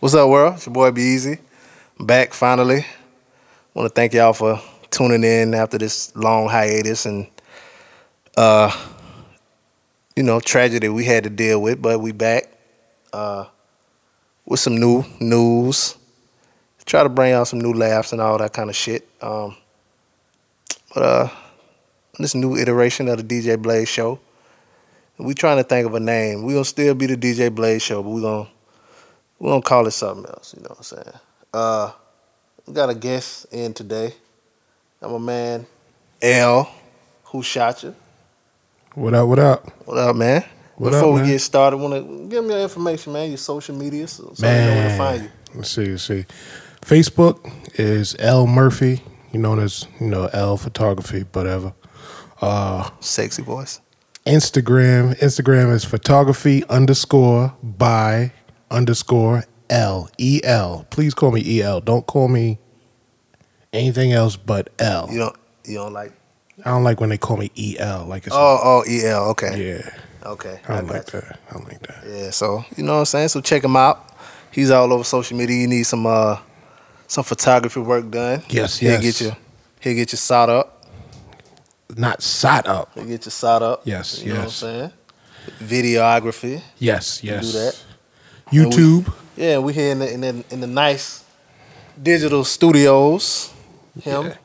What's up, world? It's your boy Be Easy. I'm back finally. Want to thank y'all for tuning in after this long hiatus and uh, you know, tragedy we had to deal with, but we back uh with some new news. Try to bring out some new laughs and all that kind of shit. Um, but uh, this new iteration of the DJ Blaze show, we trying to think of a name. We gonna still be the DJ Blaze show, but we gonna we gonna call it something else. You know what I'm saying? Uh, we got a guest in today. I'm a man, L, who shot you. What up? What up? What up, man? What Before up, we man? get started, want to give me your information, man. Your social media, so, so they know where to find you. Let's see. Let's see. Facebook is L Murphy. You know as you know L Photography, whatever. Uh, Sexy voice. Instagram. Instagram is photography underscore by underscore L E L. Please call me E L. Don't call me anything else but L. You don't you don't like I don't like when they call me E L. Like it's oh oh E L okay yeah. okay I don't got like you. that. I don't like that. yeah so you know what I'm saying so check him out he's all over social media you need some uh some photography work done Yes, he'll yes. get you he'll get you sawed up Not sot up. he'll get you sawed up Yes, you know yes. what I'm saying videography Yes. Yes. that. YouTube. yeah we here in the in the, in the nice digital studios him Yeah.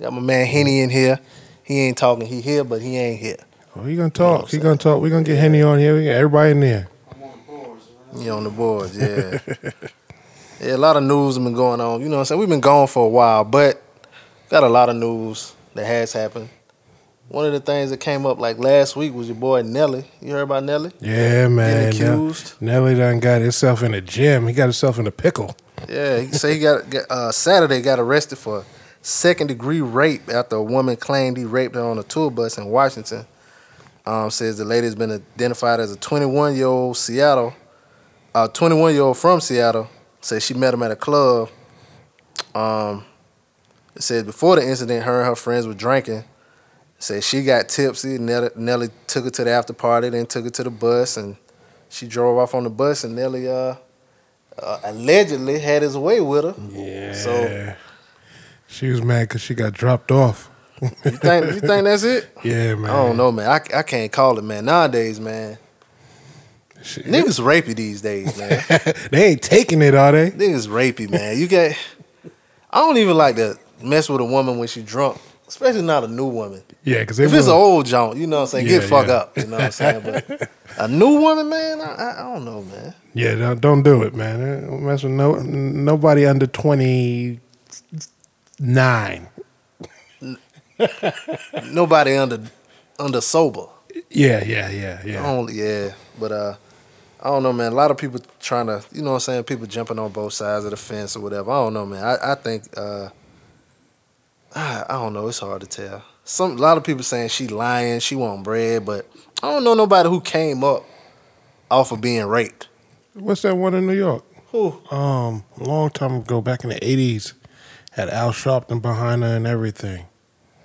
got my man Henny in here he ain't talking he here but he ain't here Oh, he what gonna I'm talk. He saying? gonna talk. We gonna get Henny on here. We got everybody in there. Yeah, on the boards, yeah. yeah, a lot of news has been going on. You know what I'm saying? We've been gone for a while, but got a lot of news that has happened. One of the things that came up like last week was your boy Nelly. You heard about Nelly? Yeah, man. Getting accused. Nell- Nelly done got himself in a gym. He got himself in a pickle. Yeah, he said he got got- uh, Saturday got arrested for second degree rape after a woman claimed he raped her on a tour bus in Washington. Um, says the lady has been identified as a 21 year old Seattle, uh, 21 year old from Seattle. Says she met him at a club. Um, it says before the incident, her and her friends were drinking. Says she got tipsy. Nelly, Nelly took her to the after party, then took her to the bus, and she drove off on the bus. And Nelly, uh, uh, allegedly had his way with her. Yeah. So- she was mad because she got dropped off. You think you think that's it? Yeah, man. I don't know, man. I, I can't call it, man. Nowadays, man, She- niggas rapey these days, man. they ain't taking it, are they? niggas rapey, man. You got. I don't even like to mess with a woman when she drunk, especially not a new woman. Yeah, because If it's an old joint, you know what I'm saying. Get Yeah, fuck yeah. up, you know what I'm saying. But a new woman, man, I, I, I don't know, man. Yeah, don't, don't do it, man. Eh, Don't mess with no nobody under twenty nine. Nobody under under sober. Yeah, yeah, yeah, yeah. Only yeah, but uh, I don't know, man. A lot of people trying to, you know, what I'm saying people jumping on both sides of the fence or whatever. I don't know, man. I, I think uh, ah, I, I don't know. It's hard to tell. Some a lot of people saying she lying, she want bread, but I don't know nobody who came up off of being raped. What's that one in New York? Who? Um, a long time ago, back in the eighties, had Al Sharpton behind her and everything.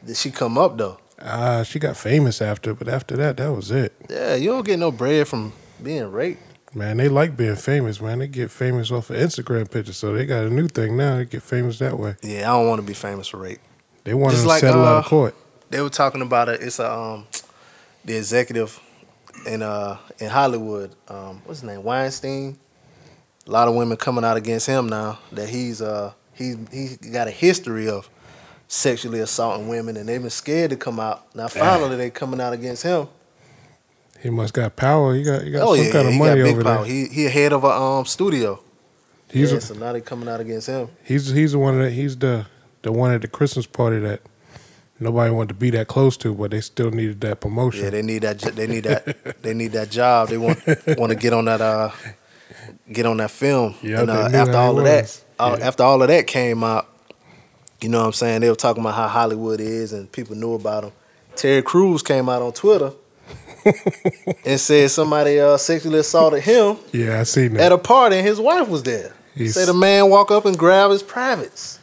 Did she come up though? Uh, she got famous after, but after that, that was it. Yeah, you don't get no bread from being raped. Man, they like being famous, man. They get famous off of Instagram pictures, so they got a new thing now. They get famous that way. Yeah, I don't want to be famous for rape. They want Just to like, settle out uh, of court. they were talking about it. It's a um, the executive in uh in Hollywood. Um, what's his name? Weinstein. A lot of women coming out against him now that he's uh he he got a history of sexually assaulting women, and they've been scared to come out. Now finally they coming out against him. He must got power. He got, he got oh some yeah, kind of he money got big over power. there. He he head of a um studio. he's yeah, a- so now they coming out against him. he's he's the one that he's the the one at the Christmas party that nobody wanted to be that close to, but they still needed that promotion. Yeah, they need that. j- They need that. they need that job. They want want to get on that. Uh, get on that film. Yeah, and they uh, knew after how all it of that, was. all, Yeah. after all of that came out, you know what I'm saying? They were talking about how Hollywood is, and people knew about him. Terry Crews came out on Twitter and said somebody uh, sexually assaulted him yeah, I seen that. at a party, and his wife was there. He's- Say the man walk up and grab his privates.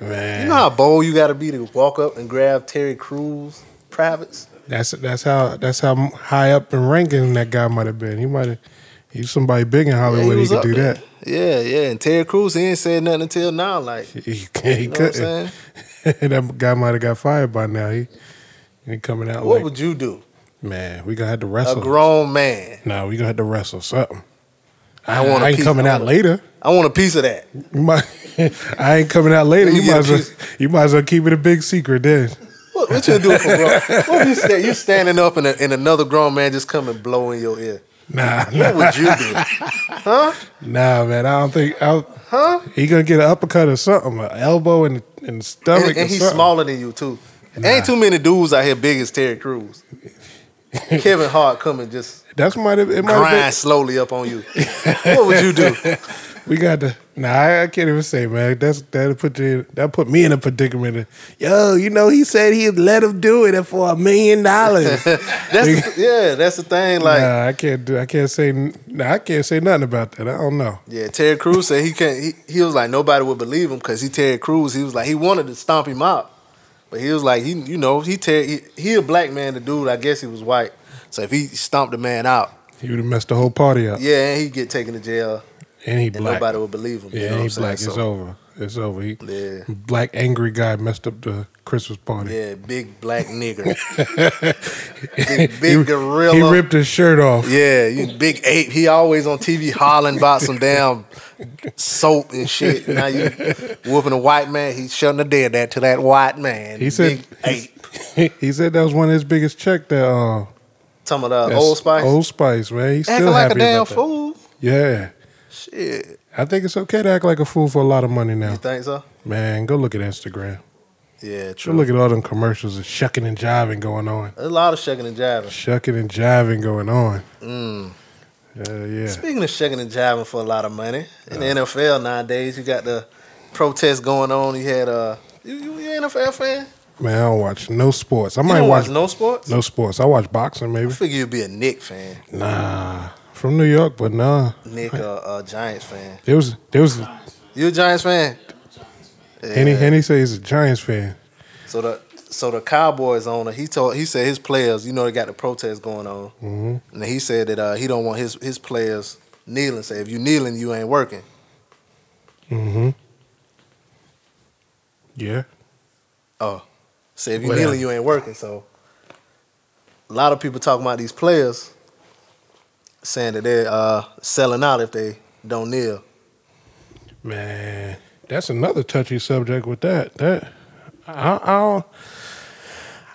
Man, You know how bold you got to be to walk up and grab Terry Crews privates. That's that's how that's how high up in ranking that guy might have been. He might have He's somebody big in Hollywood. he, was could up do there. that. Yeah, yeah. And Terry Crews, he ain't said nothing until now. Like, you He, he know what I'm saying? couldn't. that guy might have got fired by now. He, he coming out What like, would you do? man, we gonna have to A wrestle. grown man. nah, we gonna have to wrestle something. I want a ain't piece- coming I out want a- later. I want a piece of that. You might, I ain't coming out later. Let me You get might, a as well, piece. you might as well keep it a big secret then. What, what you doing for grown? What you, sta- you standing up and, a, and another grown man just come and blow in your ear? Nah, What nah, would you do? Huh? nah, man. I don't think. I, don't- Huh? he gonna get an uppercut or something, an elbow in the, in the stomach. And, and or he's something. smaller than you too. Nah. Ain't too many dudes out here big as Terry Crews. Kevin Hart come and just That's might have. It might have been. grind slowly up on you. what would you do? We got to. Nah, I, I can't even say, man. That's that put you, that put me in a predicament. Yo, you know, he said he'd let him do it for a million dollars. That's the, yeah, that's the thing. Like nah, I can't do. I can't say. n- Nah, I can't say nothing about that. I don't know. yeah, Terry Crews said he can't. He, he was like nobody would believe him because he Terry Crews. He was like he wanted to stomp him out, but he was like he you know he Terry he, he a black man. The dude I guess he was white. So if he stomped the man out, He would have messed the whole party up. yeah, and he get taken to jail And he and black. nobody would believe him. yeah, you know what and he I'm saying? black. It's So, over. It's over. He, Yeah. Black angry guy messed up the Christmas party. yeah, big black nigger, big, big gorilla. He ripped his shirt off. Yeah, you big ape. He always on TV hollering about some damn soap and shit. Now you whooping a white man. He shouldn't have did that to that white man. He said- big ape. he said that was one of his biggest check. That uh, Talking about uh, Old Spice. Old Spice, man. He's Acting still like a happy damn about that. fool. Yeah, Shit. I think it's okay to act like a fool for a lot of money You now. think so? Man, go look at Instagram. Yeah, Go true. look at all them commercials of shucking and jiving going on. There's a lot of shucking and jiving. Shucking and jiving going on. Mm. Yeah, yeah. Speaking of shucking and jiving for a lot of money, in the NFL nowadays, you got the protest going on. You had uh, you, you, you NFL fan? Man, I don't watch no sports. I You might don't watch watch no-, no sports? sports. I watch boxing maybe. I figure you'd be a Nick fan, Nah, from New York, but nah. Nick uh, uh, Giants fan. There was there was You a Giants fan? Henny Yeah. Henny say he's a Giants fan. So the so the Cowboys owner he told he said his players you know they got the protest going on Mhm. and he said that uh, he don't want his his players kneeling say if you kneeling you ain't working Mm-hmm. Yeah. say if you Whatever. kneeling you ain't working so a lot of people talking about these players saying that they're uh, selling out if they don't kneel Man, that's another touchy subject with that. That I, I don't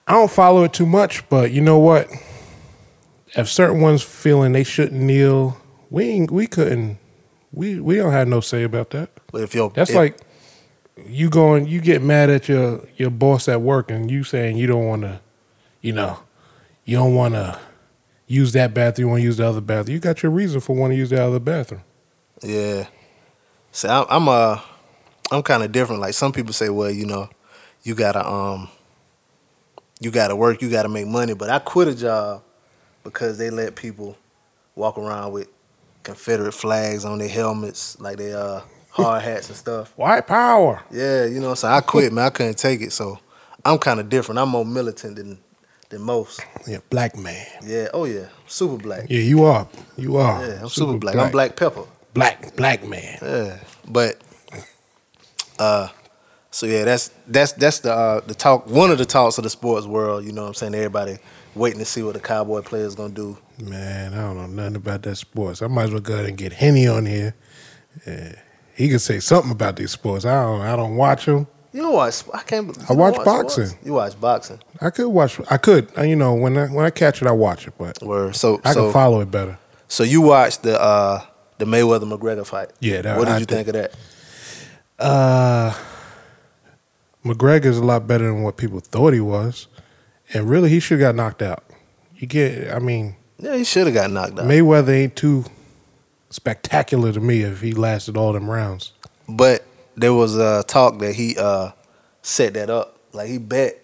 I don't follow it too much, but you know what? If certain ones feeling they shouldn't kneel, we ain't, we couldn't we we don't have no say about that. but if your That's if- like you going you get mad at your your boss at work and you saying you don't want to, you know, you don't want to use that bathroom, you want to use the other bathroom. You got your reason for wanting to use the other bathroom. Yeah. So I'm, I'm uh I'm kind of different. Like some people say, well, you know, you gotta um you gotta work, you gotta make money. But I quit a job because they let people walk around with Confederate flags on their helmets, like they uh hard hats and stuff. White power. Yeah, you know. So I quit, man. I couldn't take it. So I'm kind of different. I'm more militant than than most. Yeah, black man. Yeah. Oh yeah. Super black. Yeah, you are. You are. Yeah. I'm super, black. I'm black pepper. Black, black man. Yeah, but uh, so yeah, that's that's that's the uh, the talk. One of the talks of the sports world. You know, what I'm saying everybody waiting to see what the Cowboy player is gonna do. Man, I don't know nothing about that sports. I might as well go ahead and get Henny on here. Yeah. He could say something about these sports. I don't. I don't watch them. You don't watch. sp- I can't. believe- you I don't watch sports? boxing. You watch boxing. I could watch. I could. I, you know, when I when I catch it, I watch it. But Word. So I so can follow it better. so you watched the uh, the Mayweather McGregor fight. Yeah, that- what did I you did. think of that? Uh, McGregor's a lot better than what people thought he was, and really, he should got knocked out. You get. I mean, Yeah, he should have got knocked out. Mayweather ain't too spectacular to me if he lasted all them rounds. But there was a talk that he uh, set that up. Like he bet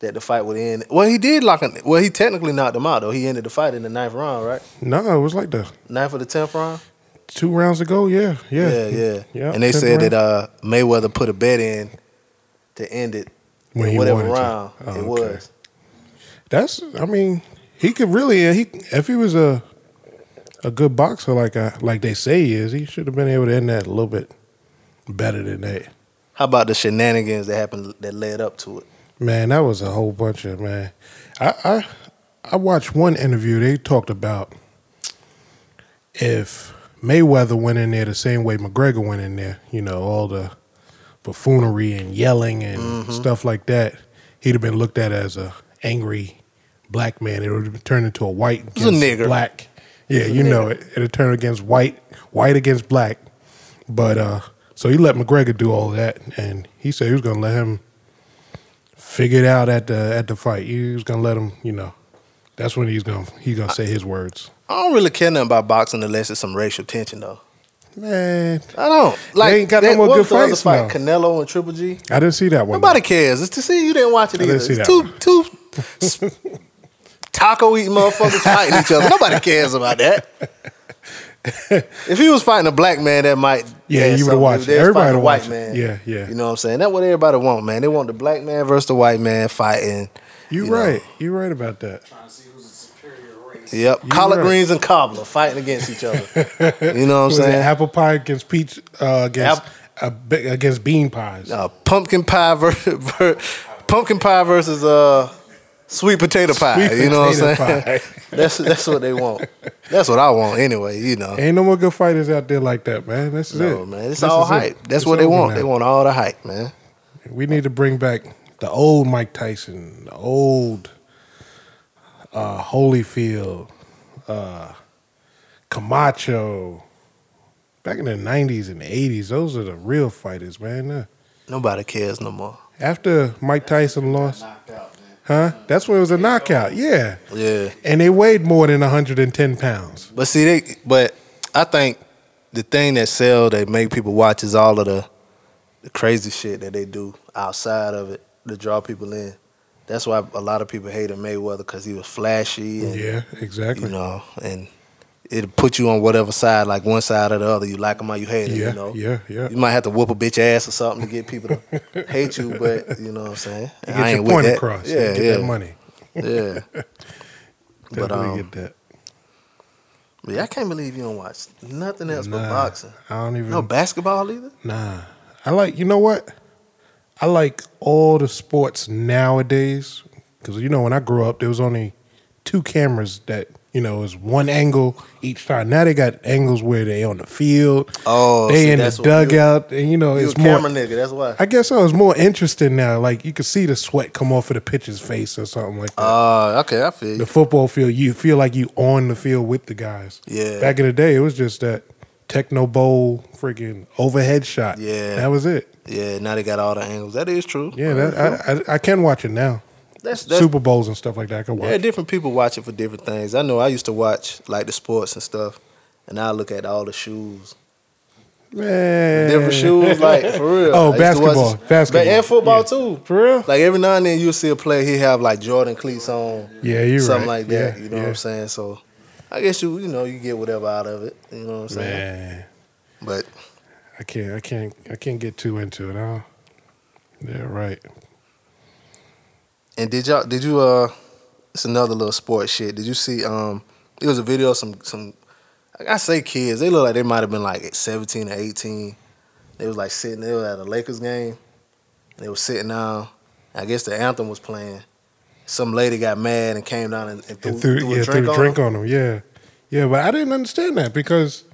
that the fight would end. Well, he did lock. Him. Well, he technically knocked him out though. He ended the fight in the ninth round, right? No, it was like the Ninth or the tenth round. two rounds ago. Yeah, yeah, yeah. Yeah, and they tenth said that round. uh, Mayweather put a bet in to end it When in he whatever wanted to. round Oh, it okay. was. That's. I mean, he could really. He if he was a a good boxer like I like they say he is. He should have been able to end that a little bit better than that. How about the shenanigans that happened that led up to it? Man, that was a whole bunch of man. I I, I watched one interview. They talked about if Mayweather went in there the same way McGregor went in there. You know, all the buffoonery and yelling and Mm-hmm. stuff like that. He'd have been looked at as a angry black man. It would have turned into a white was a against nigger. black. Yeah, you know it. It'd turn against white, white against black. But uh so he let McGregor do all that, and he said he was gonna let him figure it out at the at the fight. He was gonna let him, you know. That's when he's gonna he's gonna say his words. I don't really care nothing about boxing unless it's some racial tension though. Man, I don't. Like ain't got no that- more what good was the other fights fight? now. Canelo and Triple G. I didn't see that one. Nobody cares. It's to see you didn't watch it I either. didn't see It's that two two s- taco eating motherfuckers fighting each other. Nobody cares about that. if he was fighting a black man, that might Yeah, add you would've something. If watched it. they was Everybody fighting a would've white watched it. man. Yeah, yeah. You know what I'm saying? That's what everybody want, man. They want the black man versus the white man fighting. You're you know. right. You're right about that. Trying to see who's a superior race. Yep, You collard right. greens and cobbler fighting against each other. you know what I'm Was it saying? apple pie against peach uh, against App- uh, be- against bean pies? uh, pumpkin pie ver- ver- pumpkin pie versus uh, sweet potato pie. Sweet you know what I'm potato saying? pie. that's that's what they want. That's what I want anyway. You know, Ain't no more good fighters out there like that, man. This is no, it, man, it's This all is it. hype. That's It's what they over want. now. They want all the hype, man. We need to bring back the old Mike Tyson, the old uh, Holyfield, uh, Camacho. Back in the '90s and '80s, those are the real fighters, man. Uh, Nobody cares no more. after Mike Tyson lost, Knocked out, man. huh? That's when it was a knockout. Yeah. Yeah, and they weighed more than 110 pounds. but see, they but I think the thing that sell that make people watch is all of the the crazy shit that they do outside of it to draw people in. That's why a lot of people hated Mayweather because he was flashy and Yeah, exactly. you know, and it'll put you on whatever side, like one side or the other. You like them or you hate them, yeah, you know. yeah, yeah. You might have to whoop a bitch ass or something to get people to hate you, but you know what I'm saying. You I get your ain't with point that. across. Yeah, you get yeah, that money. yeah. but Definitely um, get that. yeah, I can't believe you don't watch nothing else but Nah, Mm-hmm. boxing. I don't even. No basketball either. nah, I like. You know what? I like all the sports nowadays because you know when I grew up there was only two cameras that you know it was one angle each time. Now they got angles where they on the field, Oh, they see, in the that's what you- dugout, and you know You a it's more camera nigga. That's why. I guess I was more interested now. Like you could see the sweat come off of the pitcher's face or something like that. Uh, okay, I feel the you. football field, you feel like you on the field with the guys. Yeah. Back in the day, it was just that techno bowl freaking overhead shot. Yeah. That was it. Yeah, now they got all the angles. That is true. Yeah, that, I, I I can watch it now. that's that's Super Bowls and stuff like that. I can watch. Yeah, different people watch it for different things. I know I used to watch like the sports and stuff, and I look at all the shoes, Man. different shoes, like for real. Oh, I used to watch- basketball, basketball. and football Yeah. too. For real? Like every now and then you'll see a player, he have like Jordan cleats on, Yeah, you're something right. like that. Yeah, you know yeah. what I'm saying? So, I guess you you know you get whatever out of it. You know what I'm saying? Man, But I can't. I can't. I can't get too into it. I'll, yeah, right. and did y'all did you uh? It's another little sports shit. Did you see um? It was a video of some some. I say kids. They look like they might have been like seventeen or eighteen. They was like sitting. They were at a Lakers game. They were sitting down. I guess the anthem was playing. Some lady got mad and came down and, and threw, and threw, threw yeah, a drink threw on. a drink on them. Yeah, yeah, but I didn't understand that because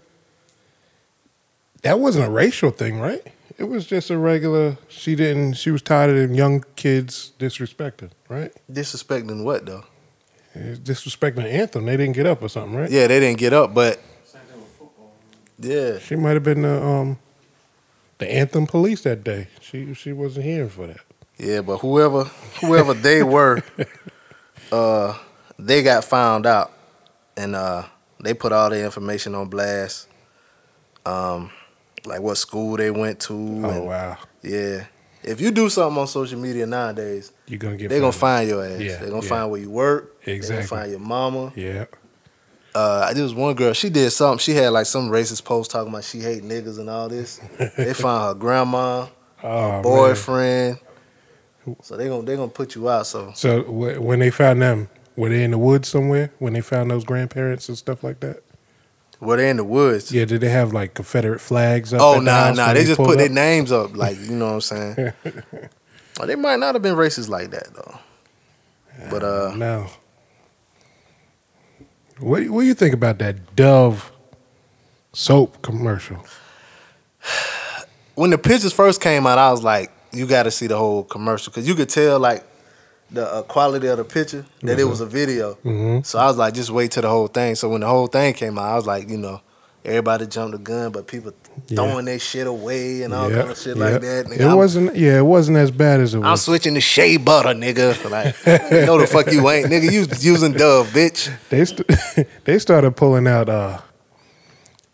that wasn't a racial thing, right? It was just a regular. She didn't. She was tired of them young kids disrespecting, right? Eh, Disrespecting what though? Disrespecting the anthem. They didn't get up or something, right? Yeah, they didn't get up, but Same thing with football. yeah, She might have been the um, the anthem police that day. She she wasn't here for that. yeah. But whoever whoever they were, uh, they got found out, and uh, they put all their information on blast. Um, like what school they went to. Oh and- wow, Yeah. If you do something on social media nowadays, you're gonna get. they're gonna find fined. your ass. Yeah, they're gonna yeah. find where you work. They're Exactly. gonna find your mama. Yeah. Uh, there was one girl. She did something. She had like some racist post talking about she hate niggas and all this. they found her grandma, Oh, man. boyfriend. So they gonna they gonna put you out. So So wh- when they found them, were they in the woods somewhere? When they found those grandparents and stuff like that? Well, they're in the woods. Yeah, did they have like Confederate flags up? at oh the nah house nah, when they you just pulled put their up? names up, like you know what I'm saying. Well, they might not have been racist like that though. But uh, No. What what do you think about that Dove soap commercial? when the pictures first came out, I was like, you got to see the whole commercial because you could tell like the uh, quality of the picture that Mm-hmm. it was a video. Mhm. So I was like, just wait till the whole thing. So when the whole thing came out, I was like, you know, everybody jumped the gun, but people Yeah. throwing their shit away and all Yeah, kind of shit yeah. like that. Nigga, it I'm- wasn't. Yeah, it wasn't as bad as it I'm was. switching to shea butter, nigga. Like, no, the fuck you ain't, nigga. You was using Dove, bitch. They st- they started pulling out uh,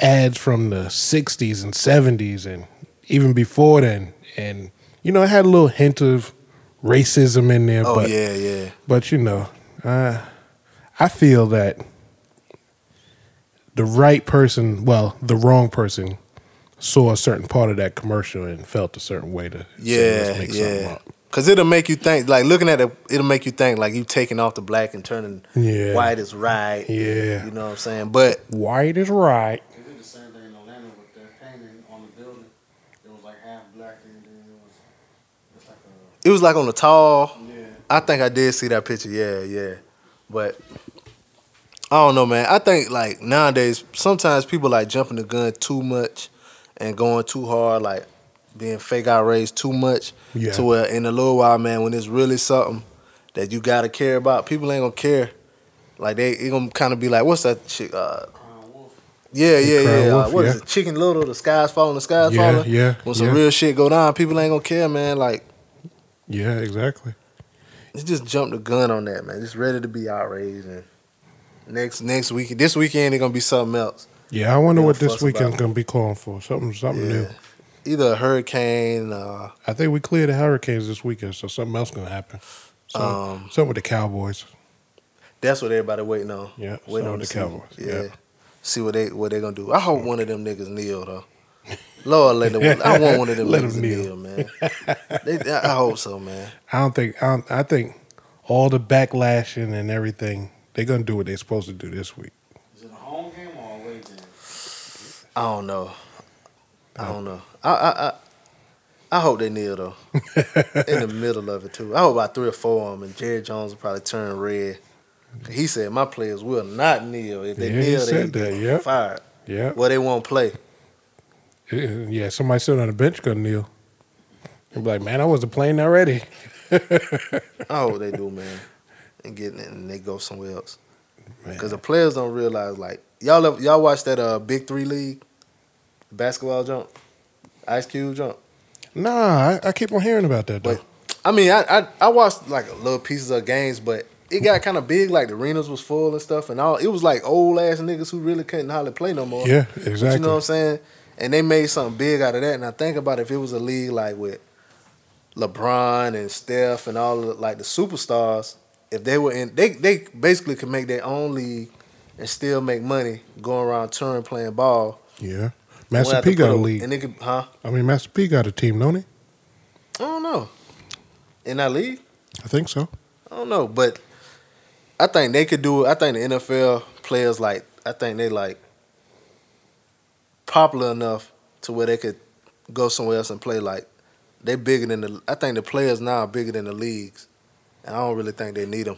ads from the '60s and '70s, and even before then. And you know, it had a little hint of racism in there. Oh but yeah, yeah. But you know, I I feel that the right person, well, the wrong person, saw a certain part of that commercial and felt a certain way to say, Yeah, "Let's make something yeah. up." Cause it'll make you think. Like looking at it, it'll make you think like you taking off the black and turning Yeah. white is right. Yeah. you know what I'm saying. But White is right. They did the same thing in Atlanta with their painting on the building. It was like half black and then it was it's like a it was like on the tall. yeah. I think I did see that picture. Yeah, yeah. But I don't know, man. I think like nowadays, sometimes people like jumping the gun too much and going too hard, like being fake outraged too much. Yeah. To where in a little while, man, when it's really something that you gotta care about, people ain't gonna care. Like they, it gonna kind of be like, what's that shit? Uh, Crown Wolf. yeah, yeah, Crying yeah. Uh, Wolf, what is yeah. it? Chicken Little, the sky's falling, the sky's Yeah, falling. yeah, When some yeah. real shit go down, people ain't gonna care, man. Like Yeah, exactly. Let's just jump the gun on that, man. Just ready to be outraged. And next next week, this weekend, it's gonna be something else. Yeah, I wonder They what don't this fuss about weekend's it. gonna be calling for. Something, something new. Yeah. Either a hurricane. Uh, I think we cleared the hurricanes this weekend, so something else gonna happen. So, Um, something with the Cowboys. that's what everybody waiting on. Yeah, waiting so on the to see- Cowboys, Yeah. yeah. see what they what they gonna do. I hope one of them niggas kneel though. Lord, let them. I want one of them Let niggas them to kneel. kneel, man. They, I I hope so, man. I don't think. I, don't, I think all the backlashing and everything, they're gonna do what they're supposed to do this week. Is it a home game or a away game? I don't know. I don't know. I I I, I hope they kneel though. In the middle of it too. I hope about three or four of them, and Jerry Jones will probably turn red. He said my players will not kneel. If they Yeah, he kneel, they said that, get yeah. fired. Yeah. Well, they won't play. Yeah, somebody sitting on the bench gonna kneel. They'll be like, man, I wasn't playing already. I hope Oh, they do, man. And get and they go somewhere else Man, because the players don't realize. Like y'all, ever, y'all watch that uh Big Three League basketball jump, Ice Cube jump. nah, I, I keep on hearing about that though. But I mean, I, I I watched like little pieces of games, but it got kind of big. Like the arenas was full and stuff, and all. It was like old ass niggas who really couldn't hardly play no more. yeah, But exactly. You know what I'm saying? And they made something big out of that. And I think about if it was a league like with LeBron and Steph and all the, like the superstars, if they were in, they they basically could make their own league and still make money going around touring playing ball. yeah, We'll Master have to P got put a league. and they could, huh? I mean, Master P got a team, don't he? I don't know. In that league. I think so. I don't know, but I think they could do it. I think the NFL players like I think they like popular enough to where they could go somewhere else and play. Like they bigger than the. I think the players now are bigger than the leagues, and I don't really think they need them,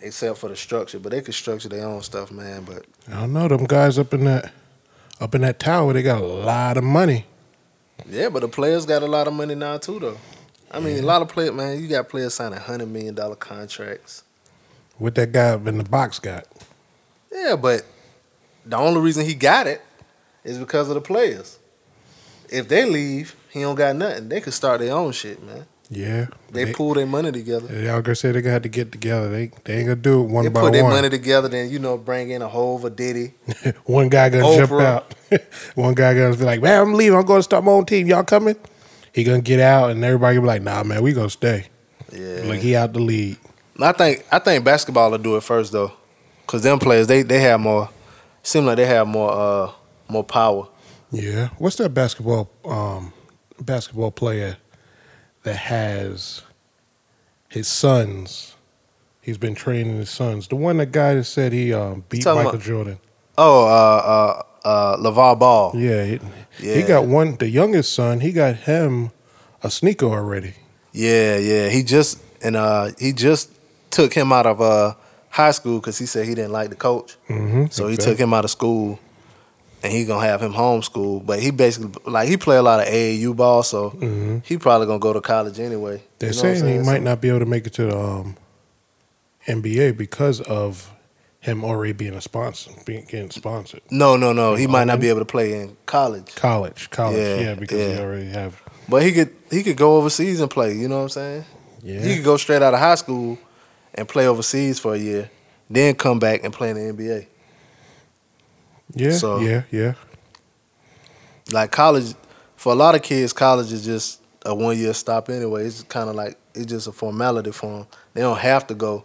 except for the structure. But they could structure their own stuff, man. But I don't know. Them guys up in that up in that tower, they got a lot of money. yeah, but the players got a lot of money now too, though. I mean, a lot of players, man. You got players signing hundred million dollar contracts. What that guy up in the box got? Yeah, but the only reason he got it is because of the players. If they leave, he don't got nothing. They could start their own shit, man. Yeah, They, they, pool their money together. y'all gonna say they got to get together. They they ain't gonna do it one They by put their one. money together, then you know, bring in a Hove or Diddy. One guy gonna jump Oprah. out. One guy gonna be like, "Man, I'm leaving. I'm going to start my own team. Y'all coming?" He gonna get out, and everybody gonna be like, "Nah, man, we gonna stay." Yeah, Like he out the league. I think I think basketball will do it first though, cause them players they they have more. Seem like they have more uh more power. Yeah. What's that basketball um, basketball player that has his sons? He's been training his sons. The one that guy that said he um, beat Talking Michael about- Jordan. Oh, uh, uh, uh, LeVar Ball. Yeah, he, he Yeah. got one. The youngest son, he got him a sneaker already. Yeah, yeah. He just and uh he just took him out of uh high school because he said he didn't like the coach. Mm-hmm. So he took him out of school, and he gonna have him homeschooled. But he basically like he play a lot of AAU ball, so he probably gonna go to college anyway. They're You know what I'm Mm-hmm. saying he saying? might not be able to make it to the um, NBA because of him already being a sponsor, being getting sponsored. No, no, no. He might not be able to play in college, College, college, yeah, Yeah, because he yeah. already have. but he could he could go overseas and play. You know what I'm saying? Yeah, He could go straight out of high school and play overseas for a year, then come back and play in the NBA. yeah, so- yeah, yeah. like college for a lot of kids college is just a one year stop anyway it's kind of like it's just a formality for them they don't have to go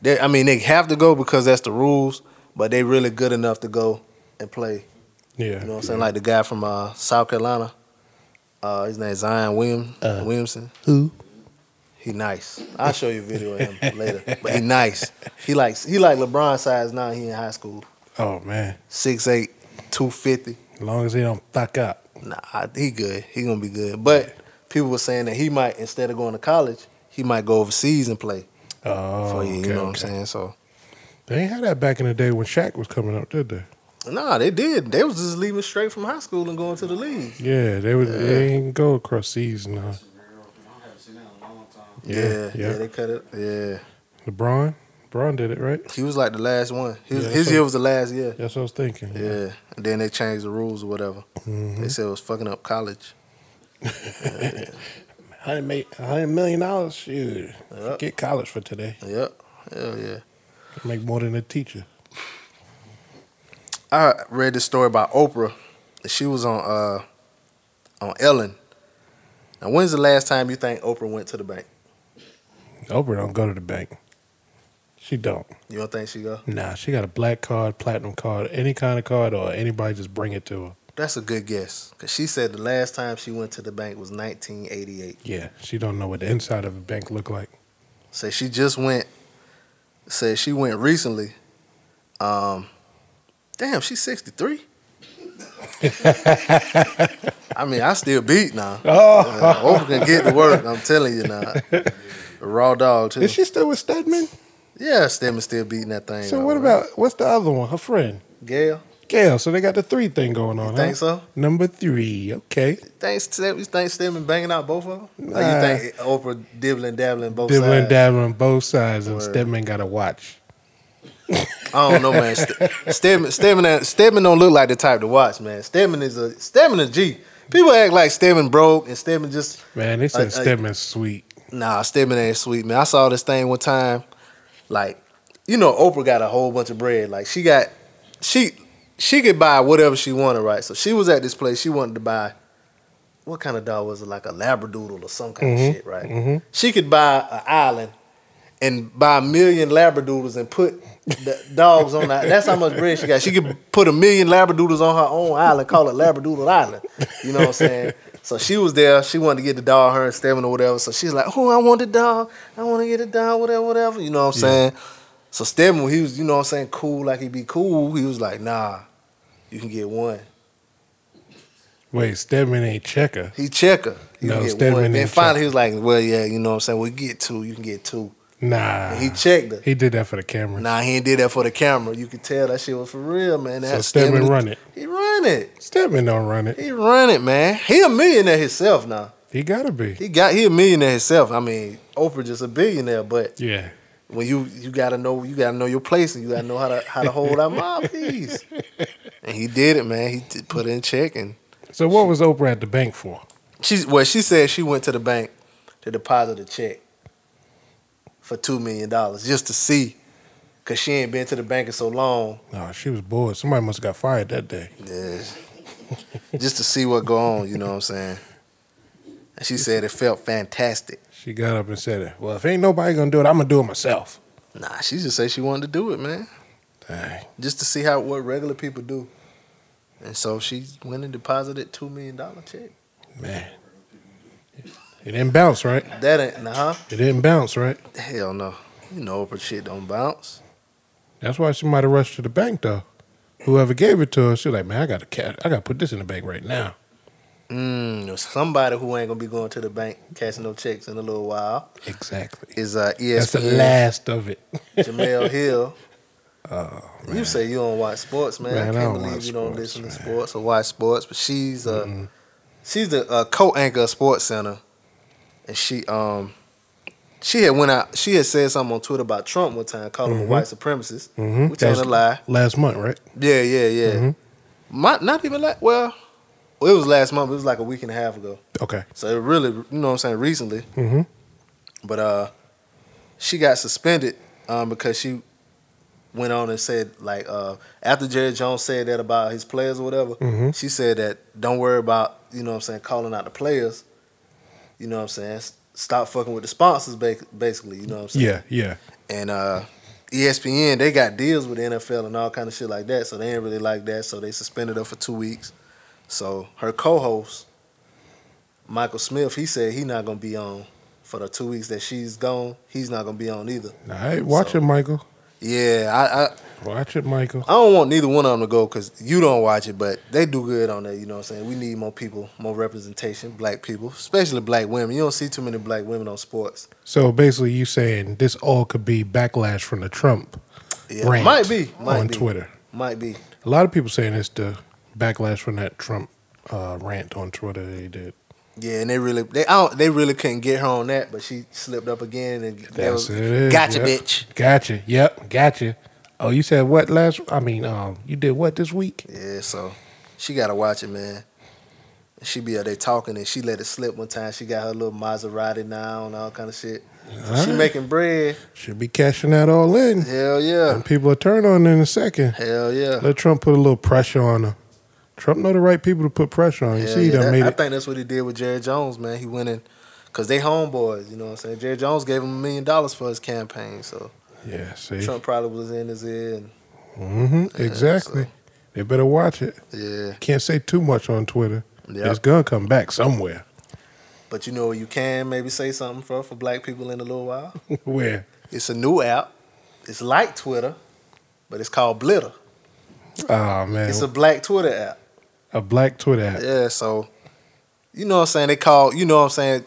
they, i mean they have to go because that's the rules but they really good enough to go and play Yeah. you know what i'm saying like the guy from uh, south carolina uh, his name's zion William, Uh. williamson Who? he nice i'll show you a video of him later but he nice he likes he like lebron size now he in high school Oh man. 6'8 250 As long as he don't fuck up. Nah, I- he good. He gonna be good. But people were saying that he might instead of going to college, he might go overseas and play Oh, for you. okay, you know what I'm okay. saying? So They ain't had that back in the day when Shaq was coming up, did they? nah, they did. They was just leaving straight from high school and going to the league. Yeah, they would. They ain't go across seas now. I haven't seen that in a long time. Yeah, yeah, yeah. they cut it. Yeah, LeBron, LeBron did it right. he was like the last one. His, Yeah, his so- year was the last year. That's what I was thinking. Mm-hmm. Yeah. and then they changed the rules or whatever. They said it was fucking up college. hundred million, hundred million dollars. Shoot, Yeah. get college for today. Yep. Hell yeah. Make more than a teacher. I read this story about Oprah. She was on uh on Ellen. Now, when's the last time you think Oprah went to the bank? Oprah don't go to the bank. She don't. You don't think she go? Nah, she got a black card, platinum card, any kind of card, or anybody just bring it to her. That's a good guess. Cause she said the last time she went to the bank was 1988. Yeah, she don't know what the inside of a bank look like. So she just went. Said she went recently. Um, damn, she's 63. I mean, I still beat now. Oh, Uh, Oprah can get to work. I'm telling you now. The raw dog too. is she still with Stedman? Yeah, Stemmer still beating that thing. So up, what man. about what's the other one? Her friend Gail? Gail. So they got the three thing going on. You huh? think so? Number three. Okay. Thanks, Stem, you think Stemmer banging out both of them? Or Nah. you think Oprah dibbling dabbling both Dibbling sides? and dabbling on both sides, and Word. Stedman got a watch. I don't know, man. Stedman, Stedman, Stedman don't look like the type to watch, man. Stedman is a Stedman a G. People act like Stedman broke and Stedman just Man, they said Uh, uh, Stedman's sweet. nah. Stedman ain't sweet, man. I saw this thing one time, like you know, Oprah got a whole bunch of bread. Like she got she she could buy whatever she wanted, right? So she was at this place. She wanted to buy what kind of dog was it? Like a Labradoodle or some kind Mhm, of shit, right? mhm. She could buy an island and buy a million Labradoodles and put the dogs on that. That's how much bread she got. She could put a million Labradoodles on her own island, call it Labradoodle Island. You know what I'm saying? So she was there. She wanted to get the dog, her and Stephen or whatever. So she's like, "Oh, I want the dog. I want to get the dog. Whatever, whatever." You know what I'm saying? So Stephen, he was, you know what I'm saying, cool like he be cool. He was like, "Nah, you can get one." Wait, Stedman ain't checker. He check her. You No, can get Stedman one. Then didn't check. finally he was like, well, yeah, you know what I'm saying? We get two, you can get two. Nah. And Ah. he checked her. He did that for the camera. Nah, he ain't did that for the camera. You could tell that shit was for real, man. so That Stedman run it. He run it. Stedman don't run it. He run it, man. He a millionaire himself now. He gotta be. He got he a millionaire himself. I mean, Oprah just a billionaire, but Yeah. when you you gotta know you gotta know your place and you gotta know how to how to hold out my piece. And he did it, man. He did put in check and So what was Oprah at the bank for? She well, she said she went to the bank to deposit a check for two million dollars just to see, cause she ain't been to the bank in so long, No, she was bored. Somebody must have got fired that day. yeah, just to see what go on. You know what I'm saying? And she said it felt fantastic. She got up and said, Well, if ain't nobody gonna do it, I'm gonna do it myself. Nah, she just said she wanted to do it, man, Dang. just to see how what regular people do. And so she went and deposited two million dollar check. Man. It didn't bounce, right? That ain't nah, It didn't bounce, right? hell no. You know, Oprah shit don't bounce. That's why she might have rushed to the bank though. Whoever gave it to her, she was like, man, I got to cash. I got to put this in the bank right now. Mm, somebody who ain't gonna be going to the bank cashing no checks in a little while Exactly. is uh, That's the ESPN last of it. Jamel Hill. Oh, You say you don't watch sports, man. Man, I I can't don't believe watch you don't sports, listen man. to sports or watch sports. But she's uh, Mm-mm. she's the uh, co-anchor of Sports Center, and she um she had went out. She had said something on Twitter about Trump one time, called him a Mhm. white supremacist, Mhm. which ain't a That's- lie. Last month, right? Yeah, yeah, yeah. Mhm. My, not even like well, well, it was last month. It was like a week and a half ago. Okay. So it really, you know what I'm saying, recently. Mm-hmm. But uh, she got suspended um, because she went on and said like uh, after Jerry Jones said that about his players or whatever, Mhm. she said that don't worry about you know what I'm saying calling out the players. You know what I'm saying. S- Stop fucking with the sponsors, ba- basically. You know what I'm saying. Yeah, yeah. And uh, ESPN they got deals with the NFL and all kind of shit like that, so they ain't really like that. So they suspended her for two weeks. So her co-host Michael Smith, he said he not gonna be on for the two weeks that she's gone. He's not gonna be on either. All right. Watch So- it, Michael. Yeah, I, I Watch it, Michael. I don't want neither one of them to go because you don't watch it, but they do good on that. You know what I'm saying? We need more people, more representation, black people, especially black women. You don't see too many black women on sports. So basically, you saying this all could be backlash from the Trump Yeah, rant might be, might on be, Twitter. might be. A lot of people saying it's the backlash from that Trump uh, rant on Twitter that he did. Yeah, and they really, they I don't, they really couldn't get her on that, but she slipped up again and they That's was, it is, gotcha, yep. bitch. Gotcha. Yep. Gotcha. Oh, you said what last? I mean, um, you did what this week? Yeah, so she gotta watch it, man. She be out there talking and she let it slip one time. She got her little Maserati now and all kind of shit. So she Alright. making bread. Should be cashing that all in. Hell yeah. And people will turn on her in a second. Hell yeah. Let Trump put a little pressure on her. Trump know the right people to put pressure on. You Hell see, yeah, that, that- made I it. think that's what he did with Jerry Jones, man. He went in because they homeboys, you know what I'm saying? Jerry Jones gave him a million dollars for his campaign, so yeah. See. Trump probably was in his ear. And, hmm Exactly. so- They better watch it. yeah. Can't say too much on Twitter. Yep. It's gonna come back somewhere. But you know, you can maybe say something for, for black people in a little while. Where? It's a new app. It's like Twitter, but it's called Blitter. Oh man, It's a a, black Twitter app. black Twitter app. Yeah, so you know what I'm saying? They call, you know what I'm saying?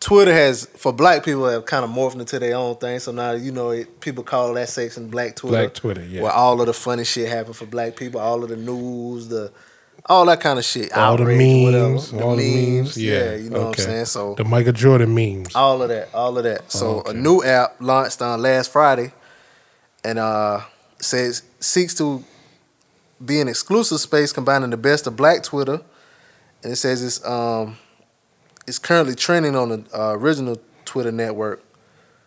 Twitter has, for black people, have kind of morphed into their own thing. So now, you know, it, people call that section black Twitter. Black Twitter. Yeah. where all of the funny shit happened for black people, all of the news, the all that kind of shit, All the outrage, memes, whatever, all the memes, yeah, yeah, you know what okay. I'm saying. So The Michael Jordan memes. all of that, all of that. So Okay. a new app launched on last Friday, and uh says seeks to be an exclusive space combining the best of Black Twitter, and it says it's um it's currently trending on the uh, original Twitter network.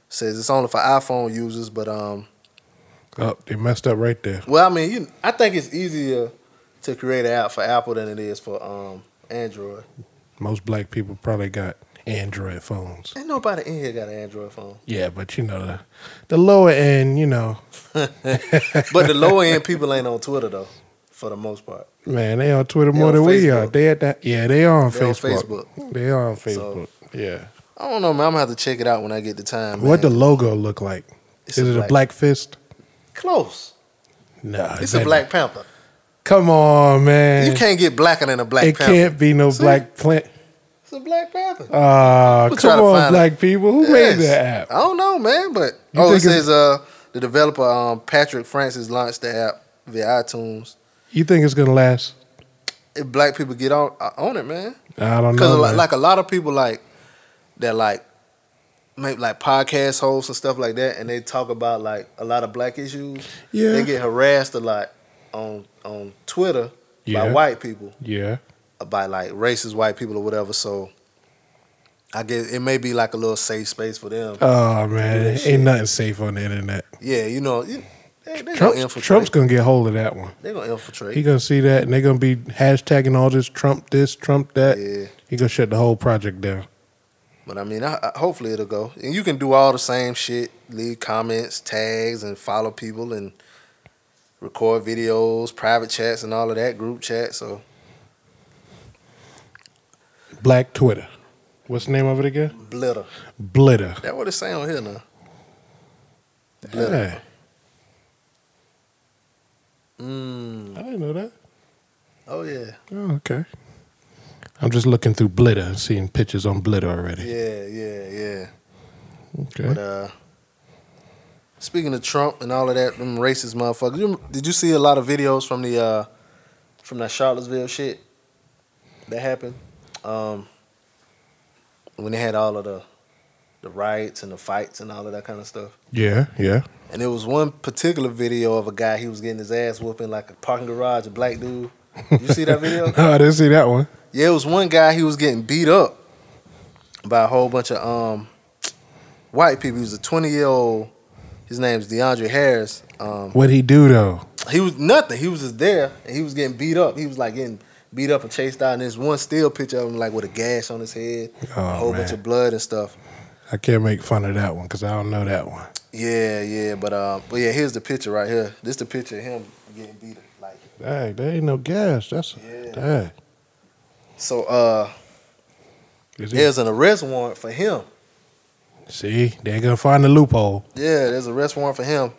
says it's only for iPhone users, but um Oh, they messed up right there. well, I mean, you, I think it's easier to create an app for Apple than it is for um, Android. Most black people probably got Android phones. Ain't nobody in here got an Android phone. Yeah, but you know the the lower end. You know, But the lower end people ain't on Twitter though, for the most part. man, they on Twitter They more on than we are. Facebook. They at that. Yeah, they are on, They on Facebook. They are on Facebook. yeah. I don't know, man. I'm gonna have to check it out when I get the time. What the man. logo look like? It's Is it a black fist? Close. No, It's a black panther. Come on, man. You can't get blacker than a black it panther. can't be no See? black plant. It's a black panther. Ah, We'll try come to on, find black people. Who Yes. made that I app? don't know, man. But You oh, it think it's- says uh, the developer um, Patrick Francis launched the app via iTunes. You think it's gonna last? If black people get on uh, on it, man. I don't Because know. like, man. a lot of people like that like make like podcast hosts and stuff like that, and they talk about like a lot of black issues. yeah, They get harassed a lot on on Twitter yeah, by white people, uh, yeah. by like racist white people or whatever. So I guess it may be like a little safe space for them. Oh man, shit. ain't nothing safe on the internet. yeah, you know, you, they, they gonna Trump's, infiltrate. Trump's gonna get hold of that one. they gonna infiltrate. He gonna see that, and they're gonna be hashtagging all this Trump this, Trump that. yeah, He gonna shut the whole project down. but I mean, I, I, hopefully it'll go. And you can do all the same shit: leave comments, tags, and follow people, and record videos, private chats, and all of that, group chat. So Black Twitter. What's the name of it again? blitter. Blitter. That what it say on here now. Blitter. Yeah. Mm. I didn't know that. Oh yeah. Oh, okay. I'm just looking through Blitter, seeing pictures on Blitter already. Yeah, yeah, yeah. Okay. But uh, speaking of Trump and all of that, them racist motherfuckers. You, did you see a lot of videos from the uh, from that Charlottesville shit that happened? Um, when they had all of the the riots and the fights and all of that kind of stuff. yeah, yeah. And there was one particular video of a guy. He was getting his ass whooping like a parking garage. A black dude. You see that video? No, I didn't see that one. Yeah, it was one guy. He was getting beat up by a whole bunch of um white people. He was a twenty year old. His name's DeAndre Harris. Um, What'd he do though? he was nothing. He was just there, and he was getting beat up. He was like getting beat up and chased out. And there's one still picture of him like with a gash on his head, a Oh, whole man. bunch of blood and stuff. I can't make fun of that one because I don't know that one. Yeah, yeah. But um, but yeah, here's the picture right here. This the picture of him getting beat up. Like Dang, there ain't no gas. That's Yeah. dang. so, uh, Is it- there's an arrest warrant for him. See, they're gonna find the loophole. Yeah, there's an arrest warrant for him.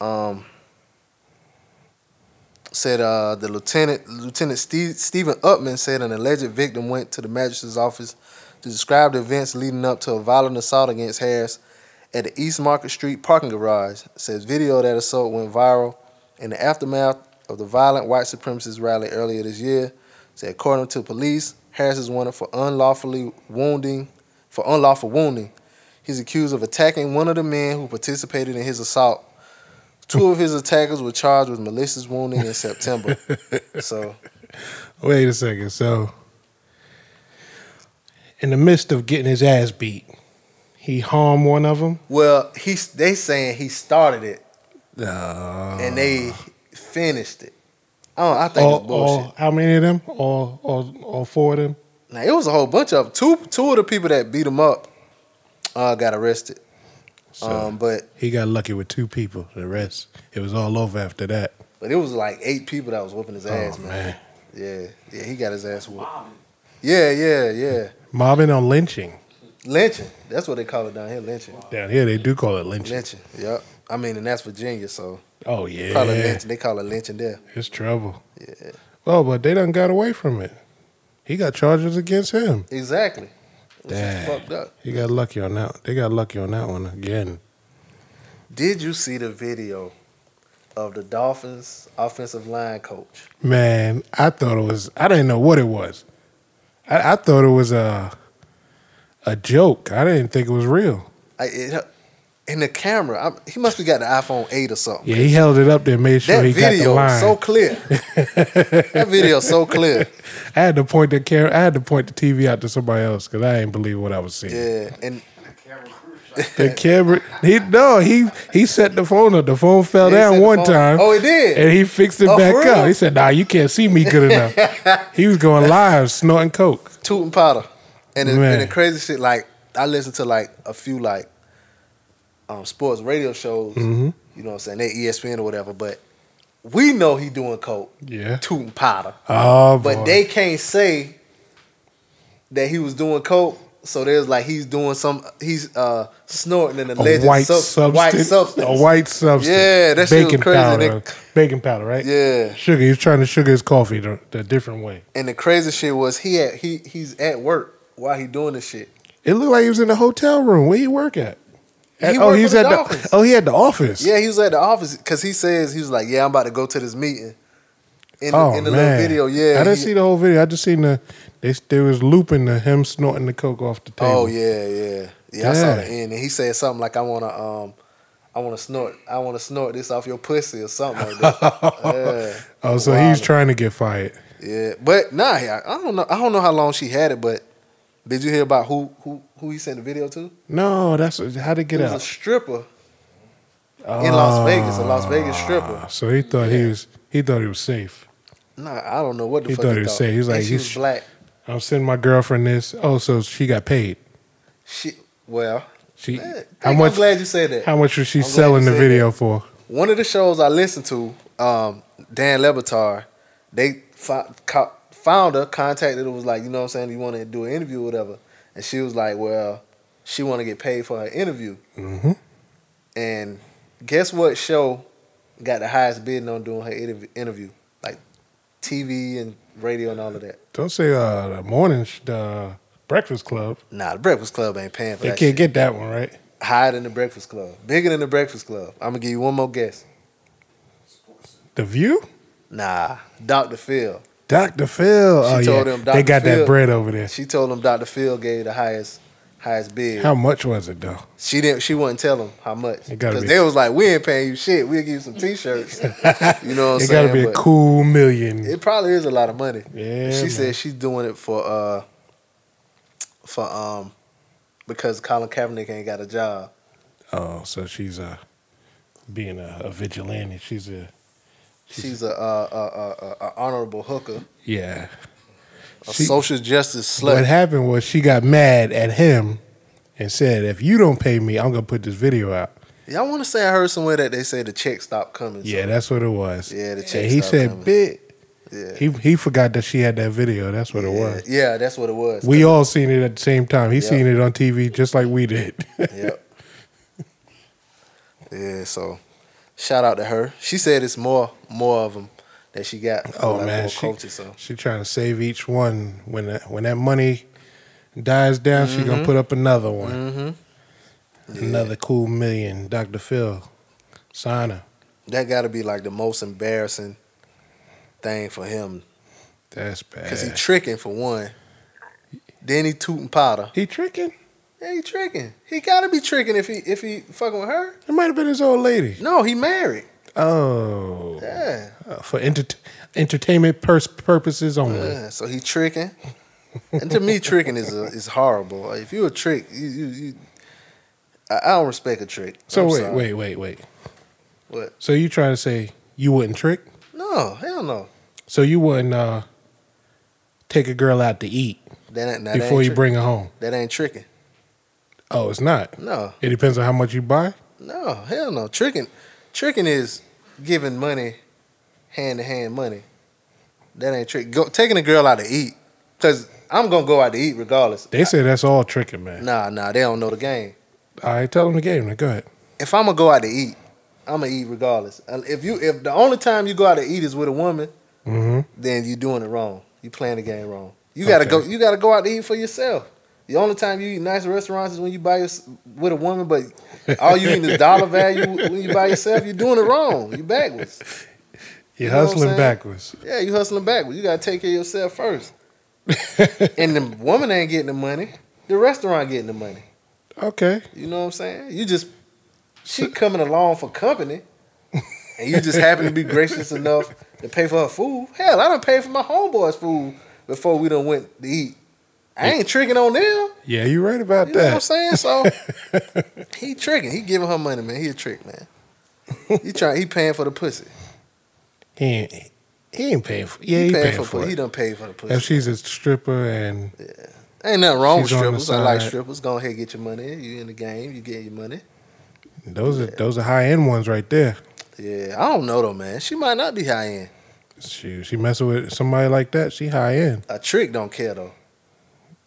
Um, said uh, the lieutenant, Lieutenant Steve, Stephen Upman said an alleged victim went to the magistrate's office to describe the events leading up to a violent assault against Harris at the East Market Street parking garage. Says video of that assault went viral in the aftermath of the violent white supremacist rally earlier this year. Said according to police, Harris is wanted for unlawfully wounding, for unlawful wounding. He's accused of attacking one of the men who participated in his assault. Two of his attackers were charged with malicious wounding in September. so, Wait a second. So, in the midst of getting his ass beat, he harmed one of them. well, he's they saying he started it and and they finished it. Oh, I think all, it's bullshit. all- how many of them? All, all, all four of them. Now it was a whole bunch of 'em. two. Two of the people that beat him up uh, got arrested. So Um, but he got lucky with two people. The rest, it was all over after that. but it was like eight people that was whooping his ass, oh man. man, Yeah, yeah, he got his ass whooped. Bombing. Yeah, yeah, yeah. mobbing on lynching Lynching. That's what they call it down here. Lynching. down here. They do call it lynching. Lynching. Yep. I mean, and that's Virginia, so Oh yeah, probably lynching. They call it lynching there. it's trouble. Yeah. Oh, but they done got away from it. He got charges against him. Exactly. Which is Dang. fucked up. He got lucky on that. They got lucky on that one again. Did you see the video of the Dolphins offensive line coach? Man, I thought it was. I didn't know what it was. I, I thought it was a a joke. I didn't think it was real. I, it, in the camera, I'm, he must have got the iPhone 8 or something. Yeah, he held it up there, and made sure that he got the video line. so clear. that video so clear. I had to point the camera. I had to point the TV out to somebody else because I didn't believe what I was seeing. Yeah, and The camera crew shot. The camera. He no. He he set the phone up. The phone fell Yeah, he down said the one phone- time. Oh, it did. And he fixed it Oh, back for real? up. He said, "Nah, you can't see me good enough." he was going live, snorting coke. tooting powder. And the, and Man. the crazy shit, like I listen to like a few like um, sports radio shows. Mm-hmm. You know what I'm saying? They E ESPN or whatever. But we know he doing coke, Yeah. tooting powder. Oh, But boy. they can't say that he was doing coke. So there's like he's doing some he's uh snorting an a alleged white sub- white substance, substance. a white substance. Yeah, that shit was crazy. powder, baking powder, right? Yeah. sugar. He's trying to sugar his coffee the, the different way. And the crazy shit was he at he he's at work while he doing this shit. It looked like he was in the hotel room. Where he work at? He oh, worked for he was the at the Dolphins. oh, he had the office. Yeah, he was at the office because he says he was like, "Yeah, I'm about to go to this meeting." In the, oh in the man, little video, yeah, I didn't he- see the whole video. I just seen the they they was looping the him snorting the coke off the table. Oh yeah, yeah, yeah. I saw Yeah. the end, and he said something like, "I wanna, um, I wanna snort, I wanna snort this off your pussy or something like that." Oh, so Wow. he's trying to get fired. yeah, yeah. But nah, I, I don't know. I don't know how long she had it, but did you hear about who who who he sent the video to? No, that's how to It get was out a stripper in Las Vegas, a Las Vegas Ah, stripper. So he thought he was he thought he was safe. Nah, I don't know what the He fuck thought he he was thought. safe. He was And like, she you was sh- black. I'm sending my girlfriend this. Oh, so she got paid. She well, She eh, how I'm much? glad you said that. How much was she I'm glad you selling the said video for? one of the shows I listened to, um, Dan Levitar, they fi- co- found her, contacted her, was like, you know what I'm saying, you want to do an interview or whatever. And she was like, well, she want to get paid for her interview. Mm-hmm. And guess what show got the highest bidding on doing her interv- interview, like TV and radio and all of that. Don't say uh, the morning, sh- the Breakfast Club. Nah, the Breakfast Club ain't paying for They that. can't Shit. get that one right. Higher than the Breakfast Club, bigger than the Breakfast Club. I'm gonna give you one more guess. Sports. The View, Nah, Dr. Phil. Doctor Phil. She oh told yeah, him they Dr. got Phil. that bread over there. She told him Dr. Phil gave the highest highest bid. How much was it though? She didn't. She wouldn't tell them how much It gotta because be- they was like, "We ain't paying you shit. We'll give you some T-shirts." you know what I'm It saying? got to be a But cool million. It probably is a lot of money. Yeah, she man. said she's doing it for uh for um because Colin Kaepernick ain't got a job. oh, so she's uh, being a, a vigilante. She's a She's a uh, a, a, a, a honorable hooker, yeah. a She- social justice What slut. happened was she got mad at him and said, "If you don't pay me, I'm gonna put this video out." Y'all want to say I heard somewhere that they say the check stopped coming. so- Yeah, that's what it was. Yeah, the And check he stopped said, coming. "Bit." yeah. He he forgot that she had that video. That's what it yeah, was. yeah, that's what it was. We all seen it at the same time. He Yeah. seen it on TV just like we did. Yep. yeah. So, shout out to her. She said it's more more of them that she got. oh like, man, more she, coaches. So she trying to save each one. When that, when that money dies down, she Mm-hmm. gonna put up another one, another cool million. Dr. Phil, sign her. that got to be like the most embarrassing thing for him That's bad. because he tricking for one. Then he tooting powder. he tricking. Yeah, he tricking. He gotta be tricking if he if he fucking with her. It might have been his old lady. No, he married. Oh, Yeah. Uh, for enter- entertainment pers- purposes only. Yeah, so he tricking. And to me, tricking is a, is horrible. If you a trick, you you, you I, I don't respect a trick. so I'm wait, sorry. wait, wait, wait. What? So you trying to say you wouldn't trick? No, hell no. So you wouldn't uh, take a girl out to eat That ain't, that before ain't you trick- bring her home? that ain't tricking. Oh, it's not. No, It depends on how much you buy. no, hell no. Tricking, tricking is giving money, hand to hand money. That ain't trick. Go, taking a girl out to eat, cause I'm gonna go out to eat regardless. They say that's all tricking, man. Nah, nah, they don't know the game. All right, tell them the game. Then. Go ahead. If I'm gonna go out to eat, I'm gonna eat regardless. Uh, If you, if the only time you go out to eat is with a woman, hmm then you doing it wrong. You playing the game wrong. You gotta Okay. go. You gotta go out to eat for yourself. The only time you eat nice restaurants is when you buy your, with a woman, but all Oh, you eating is dollar value when you buy yourself. You're doing it wrong. You backwards. You You're know what I'm hustling saying? backwards. Yeah, you hustling backwards. You gotta take care of yourself first. and the woman ain't getting the money. The restaurant getting the money. Okay. You know what I'm saying? You just she coming along for company, and you just happen to be gracious enough to pay for her food. Hell, I done paid for my homeboy's food before we done went to eat. I ain't tricking on them. You Yeah, you're right about know what I'm that. saying? So he tricking. He giving her money, man. He a trick, man. He trying. He paying for the pussy. He ain't, he ain't paying for. Yeah, he, he, paying, paying for, for pussy. He it. done paid for the pussy. If she's a stripper and Ain't nothing wrong with She's on the strippers. I like side. strippers. Go ahead, get your money. You in the game. You get your money. those are those are high end ones right there. Yeah, I don't know though, man. She might not be high end. She she messing with somebody like that. She high end. A trick don't care though.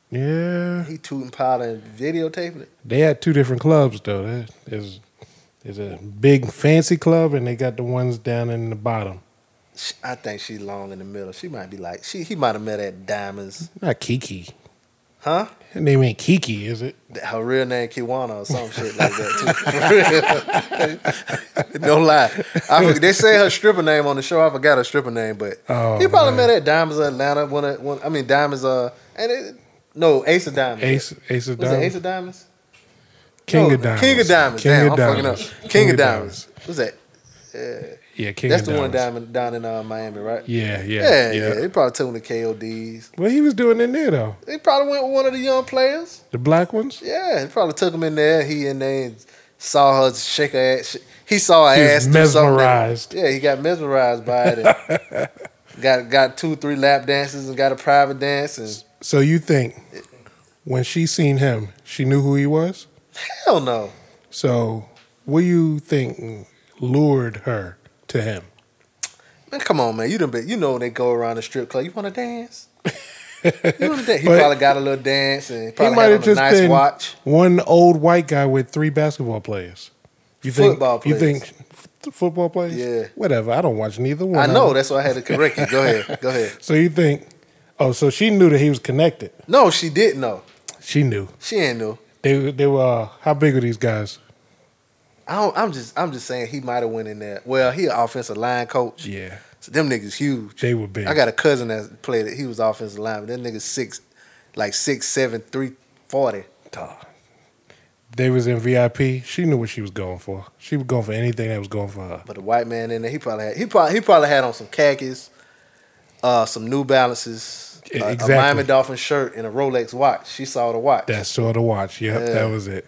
Yeah. He tooting powder and videotaping it. They had two different clubs though. There- There's there's a big fancy club and they got the ones down in the bottom. Sh- I think she long in the middle. She might be like she. He might have met at Diamonds, Not Kiki. huh? Her name ain't Kiki, is it? Th- Her real name Kiwana or some shit like that too. no lie, I forg- they say her stripper name on the show. I forgot her stripper name, but Oh, he probably man. met at Diamonds of Atlanta. One, of, one I mean Diamonds. Uh, and it, no Ace of Diamonds. Ace Ace of was it Ace Diamonds. of Diamonds? King No, of Diamonds. King of Diamonds. King Damn, of I'm Diamonds. fucking up. King, of Diamonds. What's that? Yeah, King That's of the Diamonds. one diamond down in uh, Miami, right? Yeah, Yeah, yeah, yeah. yeah. They probably took him to KODs. Well, he was doing in there though. They probably went with one of the young players. The black ones. Yeah, they probably took him in there. He in there and saw her shake her ass. He saw her He was ass. do something that- mesmerized. yeah, he got mesmerized by it. And got got two, three lap dances and got a private dance. And So you think when she seen him, she knew who he was? hell no, So what do you think lured her to him? man, come on, man. You done been, you know when they go around the strip club, you want to dance. You want to dance? He But- probably got a little dance and probably might had have on a just nice been- watch. One old white guy with three basketball players. You think Football you players. think football players? Yeah. Whatever. I don't watch neither one. I of know. them. That's why I had to correct you. Go ahead. Go ahead. So you think? Oh, so she knew that he was connected. No, she didn't know. She knew. She ain't know. They they were. Uh, how big were these guys? I don't, I'm just I'm just saying he might have went in there. Well, he an offensive line coach. Yeah. So them niggas huge. They were big. I got a cousin that played it. He was offensive lineman. That nigga six, like six seven three forty. They was in VIP. She knew what she was going for. She was going for anything that was going for her. But the white man in there, he probably had he probably he probably had on some khakis, uh, some New Balances, E- a- exactly. a Miami Dolphin shirt, and a Rolex watch. She saw the watch That sort of watch. Yep, Yeah. that was it.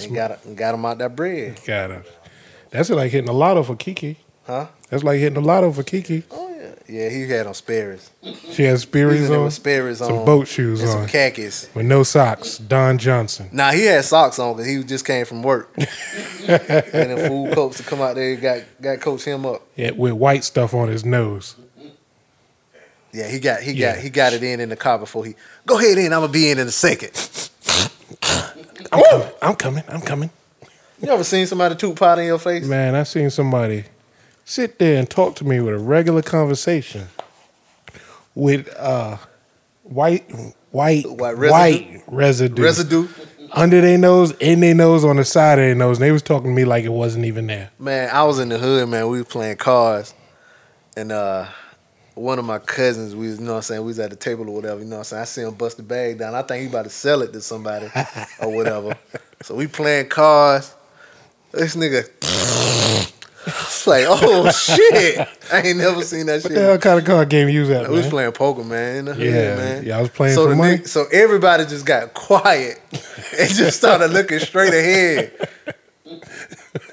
and sm- got and got him out that bread, got him. That's like hitting a lotto for Kiki. huh? That's like hitting a lotto for Kiki. Oh yeah, yeah. He had on Sperry's. She has He was Sperry's in there on with Sperry's on, some boat shoes and on. some khakis. with no socks. Don Johnson. Now he had socks on because he just came from work, and the food coach to come out there got got coach him up. Yeah, with white stuff on his nose. Yeah, he got he Yeah. got he got it in in the car before he go ahead in. I'm gonna be in in a second. I'm coming. I'm coming. I'm coming. You ever seen somebody toot pot in your face? Man, I seen somebody sit there and talk to me with a regular conversation with uh white white White residue? white residue, Residue, under their nose, in their nose, on the side of their nose. And they was talking to me like it wasn't even there. man. I was in the hood, man. We was playing cards, and uh, one of my cousins, we was, you know what I'm saying, we was at the table or whatever. You know what I'm saying. I see him bust the bag down. I think he about to sell it to somebody or whatever. So we playing cards. This nigga, it's like, oh shit! I ain't never seen that What shit. the hell kind of card game you was at? We was man? playing poker, man. In the hood, Yeah, man. yeah, I was playing so for the money. nigg- so everybody just got quiet and just started looking straight ahead.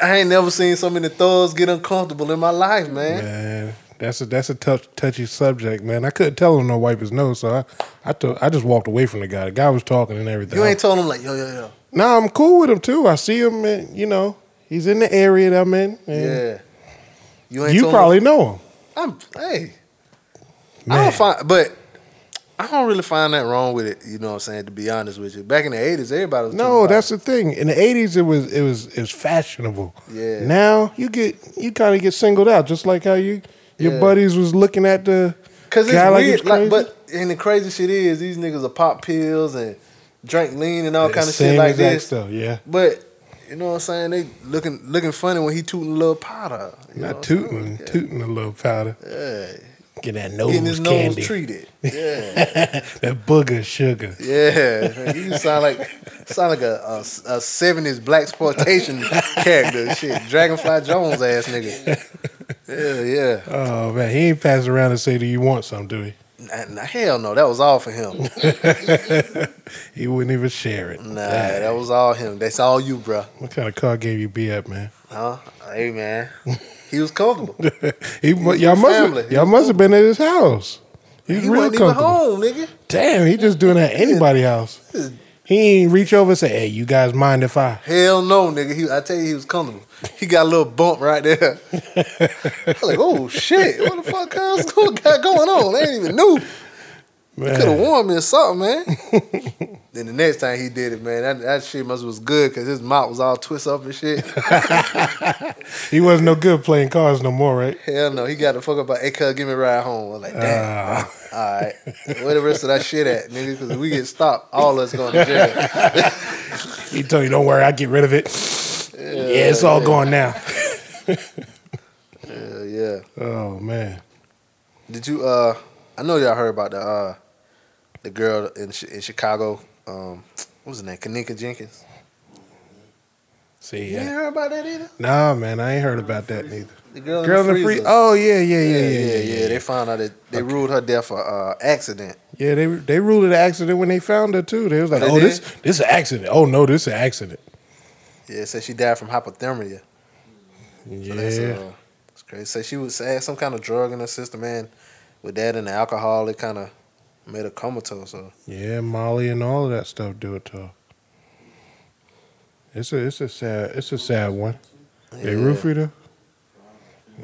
I ain't never seen so many thugs get uncomfortable in my life, man. Man, that's a that's a tough, touchy subject, man. I couldn't tell him to wipe his nose, so I I, took, I just walked away from the guy. The guy was talking and everything. You ain't told them like, yo, yo, yo. no, I'm cool with him too. I see him, and you know, he's in the area that I'm in. and Yeah. You you told probably know him. Them, I'm, hey, I Man, don't find, but I don't really find that wrong with it. You know what I'm saying? To be honest with you, back in the '80s, everybody was no, talking that's the thing. In the '80s, it was it was it was fashionable. Yeah. Now you get you kind of get singled out, just like how you your Yeah. buddies was looking at the Cause it's guy like he weird, was like, crazy. but and the crazy shit is these niggas will pop pills and drink lean and all the kind of same shit like exact this. Stuff. Yeah. But you know what I'm saying? They looking looking funny when he tooting a little powder. you know what Not I'm tooting, saying? tooting a little powder. Yeah. Get that nose Getting his nose candy. treated. Yeah, that booger sugar. yeah. You sound like sound like a a, a '70s black exploitation character. Shit, Dragonfly Jones ass nigga. Yeah, yeah. Oh man, he ain't passing around and say, "Do you want some?" Do he? Nah, nah, hell no, that was all for him. He wouldn't even share it. Nah, that was all him. That's all you, bruh. What kind of car game you be at, man? Huh? Hey man, he was comfortable. He, mu- y'all with must family. He y'all must have been at his house. He's He real wasn't even comfortable. home, nigga. Damn, he just doing that at anybody's house. He ain't reach over and say, "Hey, you guys mind if I?" Hell no, nigga. He, I tell you, he was comfortable. He got a little bump right there. I was like, oh shit, what the fuck cuz? What got going on? I ain't even knew. Man, Could have warned me or something, man. then the next time he did it, man, that, that shit must was good because his mouth was all twist up and shit. he wasn't no good playing cards no more, right? Hell no, he got to fuck about, hey cuz, give me a ride home. I was like, damn. Ah, all right, where the rest of that shit at, nigga? Because we get stopped, all us going to jail. he told you, "Don't worry, I get rid of it." Yeah, it's all gone now. Hell yeah. Oh man, Did you? uh I know y'all heard about the uh the girl in Chi- in Chicago. Um, what was her name? Kanika Jenkins. see, You ain't yeah. heard about that either. nah, man, I ain't heard about that neither. The girl, Girl in the free. freezer. Oh yeah, yeah, yeah, yeah, yeah, yeah, yeah. They found out that they ruled her death for uh, accident. Yeah, they they ruled it an accident when they found her too. They was like, They "Oh, did? this this is an accident. Oh no, this is an accident." Yeah, said she died from hypothermia. So that's, Yeah, uh, it's crazy. Said she was had some kind of drug in her system, man. With that and the alcohol, it kind of made her comatose. So yeah, Molly and all of that stuff do it to her. It's a it's a sad it's a sad one. They roofied her.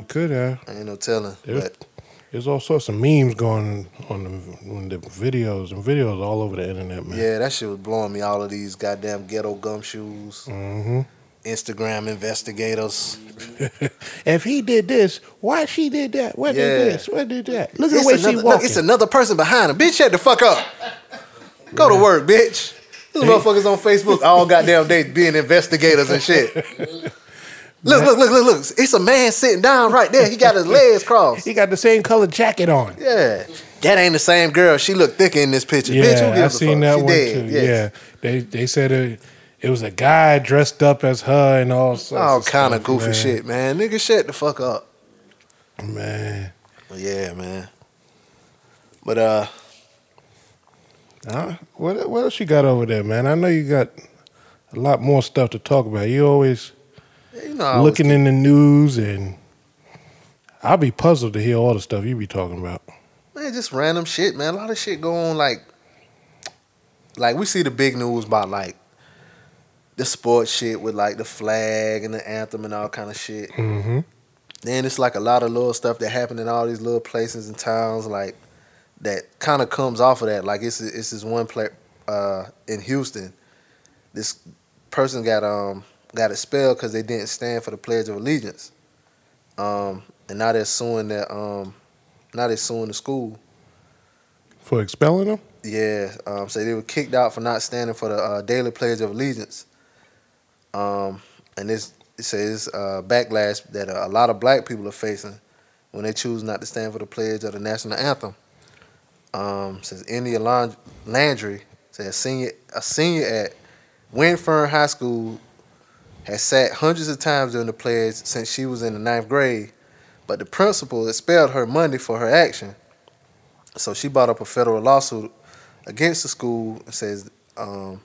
Could have. ain't no telling. It was- But There's all sorts of memes going on the, on the videos and videos all over the internet, man. yeah, that shit was blowing me. All of these goddamn ghetto gumshoes. Mm-hmm. Instagram investigators. If he did this, why she did that? What Yeah. did this? What did that? Look at It's the way another, she look, walking. it's another person behind him. Bitch, shut the fuck up. Go to work, bitch. These motherfuckers on Facebook all goddamn day being investigators and shit. Look, look, look, look, look. It's a man sitting down right there. He got his legs crossed. he got the same color jacket on. Yeah. That ain't the same girl. She looked thicker in this picture. Yeah, bitch, who gives I've seen a that fuck? one she dead. too. Yes. Yeah, they they said it, it was a guy dressed up as her and all sorts All kind of stuff, goofy man. shit, man. Nigga, shut the fuck up. Man, Yeah, man. But uh, Huh? what what else you got over there, man? I know you got a lot more stuff to talk about. You always you know, I was- looking in the news, and I'll be puzzled to hear all the stuff you be talking about. Man, just random shit, man. A lot of shit go on like like we see the big news about like the sports shit with like the flag and the anthem and all kind of shit. Mm-hmm. Then it's like a lot of little stuff that happened in all these little places and towns like that kind of comes off of that. Like it's it's this one play uh in Houston. This person got um got expelled cuz they didn't stand for the pledge of allegiance. Um and now they're suing their um now they're suing the school For expelling them, yeah, um, so they were kicked out for not standing for the uh, daily pledge of allegiance. Um, and this it says uh, backlash that a lot of black people are facing when they choose not to stand for the pledge of the national anthem. Um, says India Lon- Landry says senior a senior at Winfern High School has sat hundreds of times during the pledge since she was in the ninth grade, but the principal expelled her Monday for her action. So she brought up a federal lawsuit against the school and says um,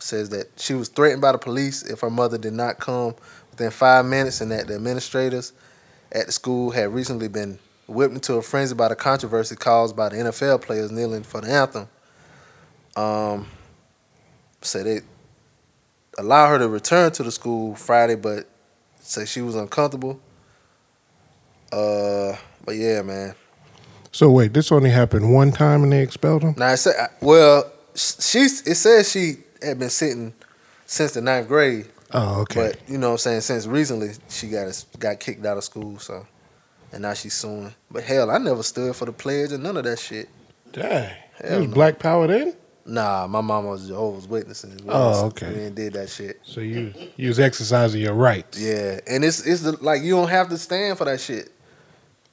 says that she was threatened by the police if her mother did not come within five minutes, and that the administrators at the school had recently been whipped into a frenzy by the controversy caused by the NFL players kneeling for the anthem. Um, so they allow her to return to the school Friday, but said she was uncomfortable. Uh, but yeah, man. so wait, this only happened one time, and they expelled them. Now, it say, well, sh- she's it says she had been sitting since the ninth grade, Oh, okay. but you know what I'm saying since recently she got got kicked out of school, so and now she's suing. But hell, I never stood for the pledge or none of that shit. Dang, it Hell was no. black power then. Nah, my mama was Jehovah's Witness and Oh, okay. we didn't did that shit. So you you was exercising your rights. Yeah, and it's it's the, like you don't have to stand for that shit.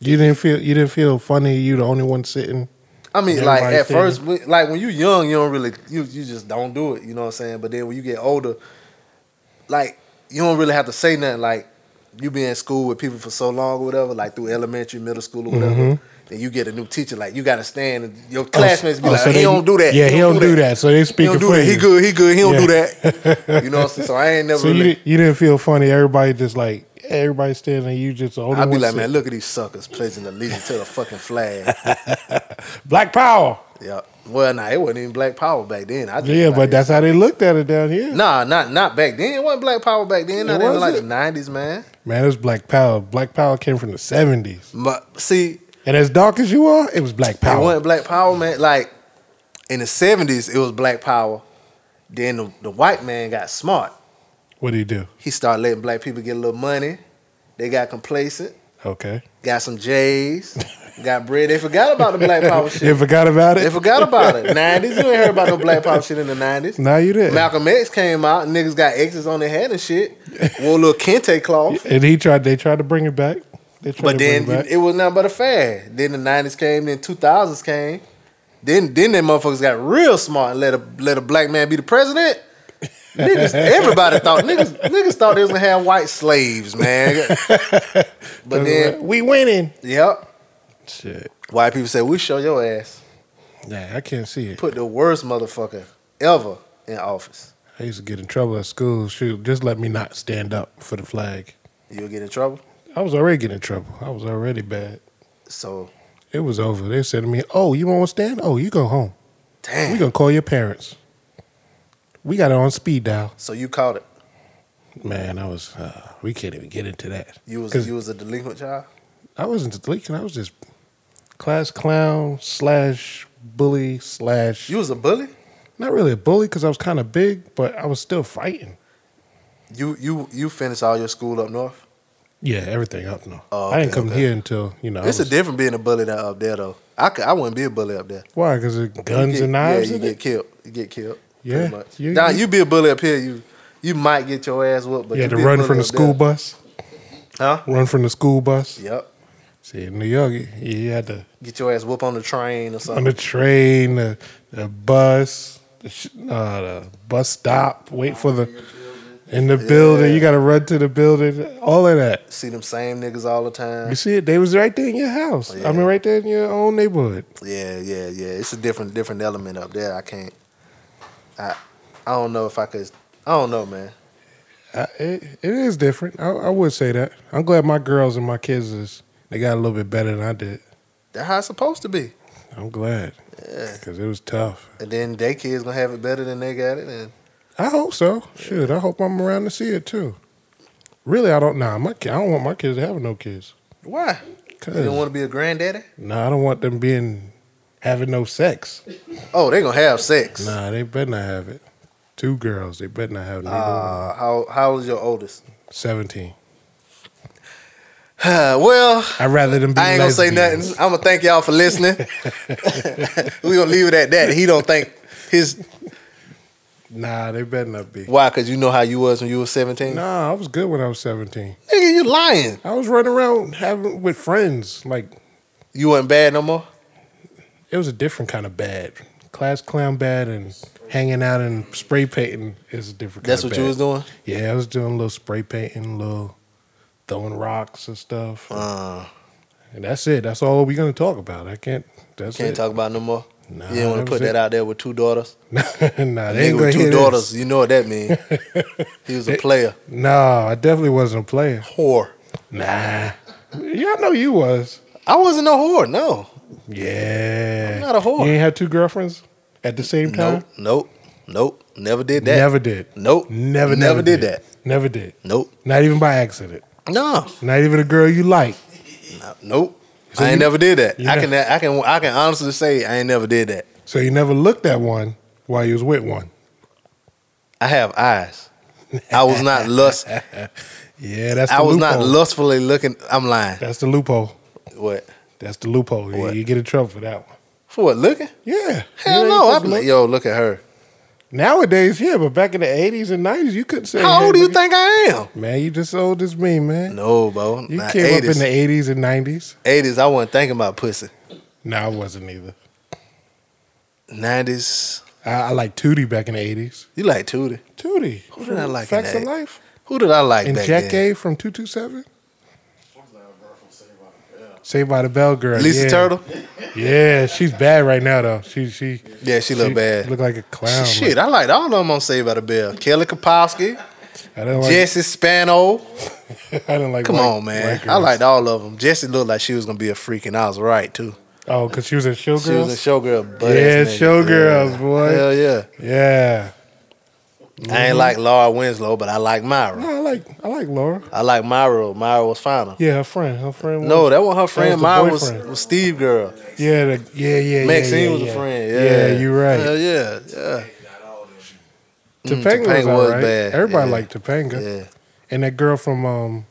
You didn't feel you didn't feel funny. You the only one sitting. I mean, Yeah, like right at there. first, when- like when you young, you don't really, you you just don't do it. You know what I'm saying? But then when you get older, like you don't really have to say nothing. Like you be in school with people for so long or whatever, like through elementary, middle school or whatever. Mhm. Then you get a new teacher, like you gotta stand. And your classmates be Oh, like, so he they- don't do that. Yeah, he, don't, do that. So they He speaking don't do for that. you. He good. He good. He don't Yeah. do that. You know what I'm saying? So I ain't never. So you really, didn't, you didn't feel funny. Everybody just like everybody standing. You just the only I'd be one like, sitting. man, look at these suckers pledging allegiance to the fucking flag. Black power. yeah. Well, nah, it wasn't even Black Power back then. I think Yeah, about but it. that's how they looked at it down here. Nah, not not back then. It wasn't Black Power back then. Not It in like the wasn't? nineties, man. Man, it was black power. Black power came from the seventies. But see, And as dark as you are, it was black it power. wasn't Black Power, man. Like in the seventies, it was Black Power. Then the, the white man got smart. What do you do? He started letting black people get a little money. They got complacent, Okay. got some J's, got bread. They forgot about the Black Power They shit. forgot about They it. forgot about it. Nineties, you ain't heard about no Black Power shit in the nineties. Now you did. Malcolm X came out, niggas got X's on their head and shit. Wore a little kente cloth. And he tried. They tried to bring it back. They tried But to then bring it back. you- it was nothing but a fad. Then the nineties came, then two thousands came. Then then them motherfuckers got real smart and let a let a black man be the president. Niggas, everybody thought niggas niggas thought they was gonna have white slaves, man. But then we winning. yep. Shit. White people said, We show your ass. Yeah, I can't see it. Put the worst motherfucker ever in office. I used to get in trouble at school. Shoot, just let me not stand up for the flag. You'll get in trouble. I was already getting in trouble. I was already bad. So It was over. They said to me, "Oh, you won't stand? Oh, you go home. We damn. gonna call your parents. We got it on speed dial." So you caught it. Man, I was. Uh, we can't even get into that. You was 'Cause you was a delinquent child? I wasn't leaking. I was just class clown slash bully slash. You was a bully? Not really a bully because I was kind of big, but I was still fighting. You you you finished all your school up north. Yeah, everything up north. Oh, I didn't okay, come okay. here until you know. I it's was- a different being a bully that up there though. I, could, I wouldn't be a bully up there. Why? Because You guns get- and knives. Yeah, you in get it? killed. You get killed. Yeah, pretty much. you- now you- you be a bully up here, you you might get your ass whooped. But you had to be a run bully from the up school there. bus. huh? Run from the school bus. Yep. See, in New York, you, you had to Get your ass whooped on the train or on something. the train, the, the bus, the, sh- uh, the bus stop. Wait for the in the building. You got to run to the building. All of that. See them same niggas all the time. You see it? They was right there in your house. I mean, Yeah. right there in your own neighborhood. Yeah, yeah, yeah. It's a different different element up there. I can't. I I don't know if I could. I don't know, man. I, it, it is different. I, I would say that. I'm glad my girls and my kids is they got a little bit better than I did. That's how it's supposed to be. I'm glad Yeah. because it was tough. And then they kids gonna have it better than they got it. And I hope so. Shoot, I hope I'm around to see it too. Really, I don't. Nah, my ki- I don't want my kids to have no kids. why? Cause You don't want to be a granddaddy? nah, I don't want them being having no sex. Oh, they gonna have sex. Nah, they better not have it. Two girls, they better not have neither one. Uh, how how old is your oldest? Seventeen. well, I'd rather them. Be I ain't gonna say lesbians. nothing. I'm gonna thank y'all for listening. we gonna leave it at that. He don't think his Nah, they better not be. why? Cause you know how you was when you was 17. Nah, I was good when I was seventeen. Nigga, you lying. I was running around having with friends. Like You wasn't bad no more. it was a different kind of bad. Class clown bad and hanging out and spray painting is a different. That's kind what of you bad. was doing. Yeah, I was doing a little spray painting, little throwing rocks and stuff. Uh, and that's it. That's all we're gonna talk about. I can't. That's can't it. talk about it no more. Nah, you didn't want to that put was that it. out there with two daughters. nah, they Nigga ain't gonna with two hear daughters, daughters. you know what that mean. he was a player. Nah, I definitely wasn't a player. Whore. Nah, y'all know you was. I wasn't no whore, no. Yeah, I'm not a whore. You ain't had two girlfriends at the same time. Nope, nope, nope. Never did that. Never did. Nope. Never, never, did that. Never did. Nope. Not even by accident. No. Not even a girl you like. Uh, Nope. So I ain't you- never did that. you I know- can I can I can honestly say I ain't never did that. So you never looked at one while you was with one. I have eyes. I was not lust Yeah, that's. The I was not loophole. lustfully looking I'm lying. That's the loophole. What? That's the loophole. You, What? you get in trouble for that one. For what looking? Yeah. Hell You ain't no. supposed I'd to be like, look. yo, look at her. Nowadays, yeah, but back in the eighties and nineties, you couldn't say. How hey, old do you look think I am? at- Man, you just old as me, man. No, bro. You Nah, came 80s. up in the eighties and nineties. 80s, I wasn't thinking about pussy. No, I wasn't either. 90s, I, I like Tootie back in the eighties. you like Tootie. Tootie. Who did I like in Facts the of 80s? life. Who did I like And back Jack then? A from two two seven. What's that girl from Saved by the Bell? Saved by the Bell girl. Lisa yeah. Turtle? Yeah, she's bad right now though. She she Yeah, she look bad. Look like a clown. Shit, I liked all of them on Saved by the Bell. Kelly Kapowski, Like, I don't like. Jesse Spano. I don't like. Come white- on, man. white I girls. liked all of them. Jesse looked like she was gonna be a freak, and I was right too. Oh, because she was in Showgirls. She was a showgirl. butt-ass Yeah, nigga. showgirls, Yeah. boy. Mm-hmm. Hell yeah. yeah. I ain't like Laura Winslow, but I like Myra. No, I like I like Laura. I like Myra. Myra was final. Yeah, her friend. Her friend. was- No, that wasn't her friend. That was the Myra was, boyfriend. was Steve girl. Yeah, the, yeah, yeah. Maxine yeah, yeah, was yeah. a friend. Yeah, Uh, Yeah, you're right. Hell yeah, yeah. Mm, Topanga, was, Topanga all was right. bad, Everybody yeah. liked Topanga. Yeah. And that girl from um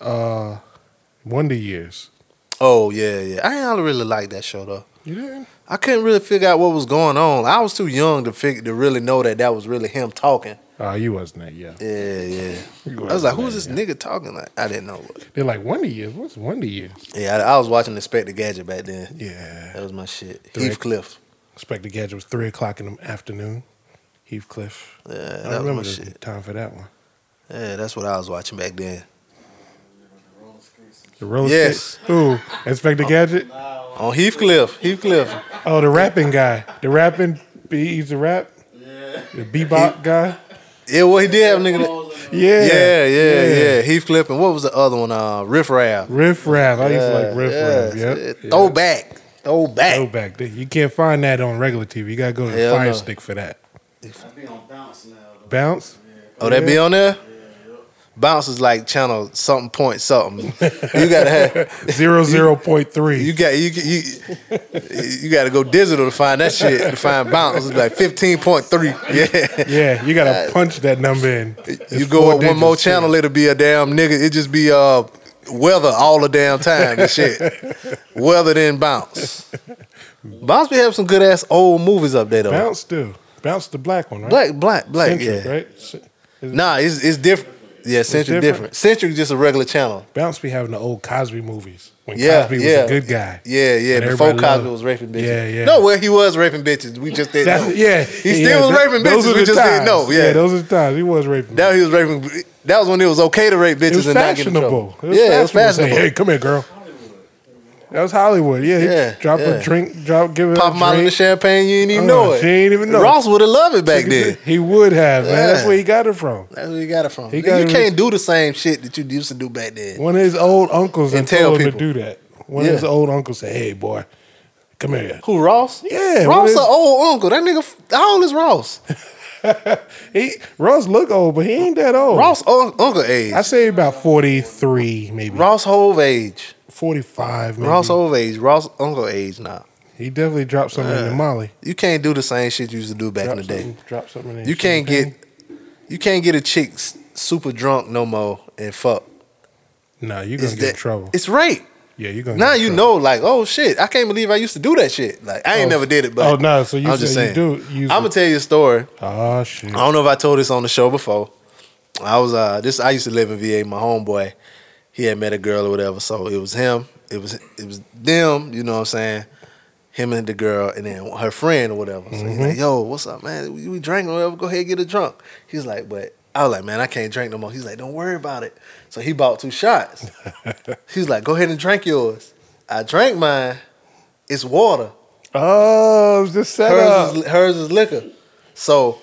uh Wonder Years. Oh yeah, yeah. I ain't really like that show though. You didn't? I couldn't really figure out what was going on. I was too young to figure to really know that that was really him talking. Oh, you wasn't that young. Yeah, yeah. You I was like, wasn't who's that this young. nigga talking? Like, I didn't know. What. They're like Wonder Years. What's Wonder Years? Yeah, I, I was watching Inspector Gadget back then. Yeah. That was my shit. Direct- Heathcliff. Inspector Gadget was three o'clock in the afternoon. Heathcliff. Yeah, I that remember was the my shit. time for that one. Yeah, that's what I was watching back then. The roller skates. The roller Yes. skate. Who? Inspector Gadget? On Heathcliff, Heathcliff. Oh, the rapping guy. The rapping he's the rap. Yeah. The bebop guy. Yeah, well, he did have a nigga. that- Yeah. Yeah, yeah, yeah. Heathcliff and what was the other one? Uh, Riff Raff. Riff Raff. I used to Yeah, like Riff Raff. yeah. Yep. Yeah, Throwback. Throwback. Throwback. You can't find that on regular TV. You gotta go to the Hell Fire no. Stick for that. I'd be on bounce now. Though. Bounce. Oh, that be on there? Bounce is like channel something point something. You gotta have Zero zero point three. you got you you you gotta go digital to find that shit to find bounce. It's like fifteen point three. Yeah. yeah, you gotta punch that number in. It's You go four up one more digits, too. channel, it'll be a damn nigga. It just be uh weather all the damn time and shit. weather then bounce. Bounce we have some good ass old movies up there though. Bounce too. Bounce the black one, right? Oh. Black, black, black. Centric, yeah. right? S- is it- Nah, it's it's different. Yeah, Centric different? different. Centric just a regular channel. Bounce be having the old Cosby movies when Yeah, Cosby was yeah. a good guy. Yeah, yeah. And Before everybody Cosby loved- was raping bitches. Yeah, yeah. No, well, he was raping bitches. We just didn't That's, know. yeah, He yeah, still was th- raping those bitches, are we the just didn't times. know, yeah. those are the times he was raping. That he was raping. That was when it was okay to rape bitches it was and not get in fashionable. trouble. yeah, it was Saying, fashionable. hey, come here, girl. That was Hollywood. Yeah, he Yeah, drop yeah. a drink, drop, give it Pop a him out of the drink. champagne. You didn't even Uh, know it. she ain't even know. Ross would have loved it back then. He would have, man. That's Yeah. where he got it from. That's where he got it from. He Nigga, got you it- can't do the same shit that you used to do back then. One of his old uncles And and tell told him to people. do that. One of his Yeah. old uncles said, "Hey, boy, come here." Who Ross? Yeah, what Ross is- an old uncle. That nigga, f- how old is Ross? He Ross look old, but he ain't that old. Ross un- uncle age. Oh. I say about forty three, maybe Ross Hove age. forty five. Maybe Ross Hove age. Ross uncle age now. he definitely dropped something in the Molly. You can't do the same shit you used to do back in Drop the day. something, drop something in You can't champagne. get, you can't get a chick s- super drunk no more and fuck. Nah, you're It's gonna get that- in trouble. It's right. Yeah, you're gonna. Now get in you know, trouble. like, oh shit, I can't believe I used to do that shit. Like, I ain't Oh. never did it, but Oh, no, so you I'm just say saying. you do use I'm gonna it. tell you a story. Oh shit. I don't know if I told this on the show before. I was uh this I used to live in VA. My homeboy, he had met a girl or whatever. So it was him. It was it was them. You know what I'm saying? Him and the girl, and then her friend or whatever. So he's like, "Yo, what's up, man? We, we drinking or whatever. Go ahead, get a drunk." He's like, "But." I was like, man, I can't drink no more. He's like, don't worry about it. So he bought two shots. He's like, go ahead and drink yours. I drank mine. It's water. Oh, it was just set Hers up. is, hers is liquor. So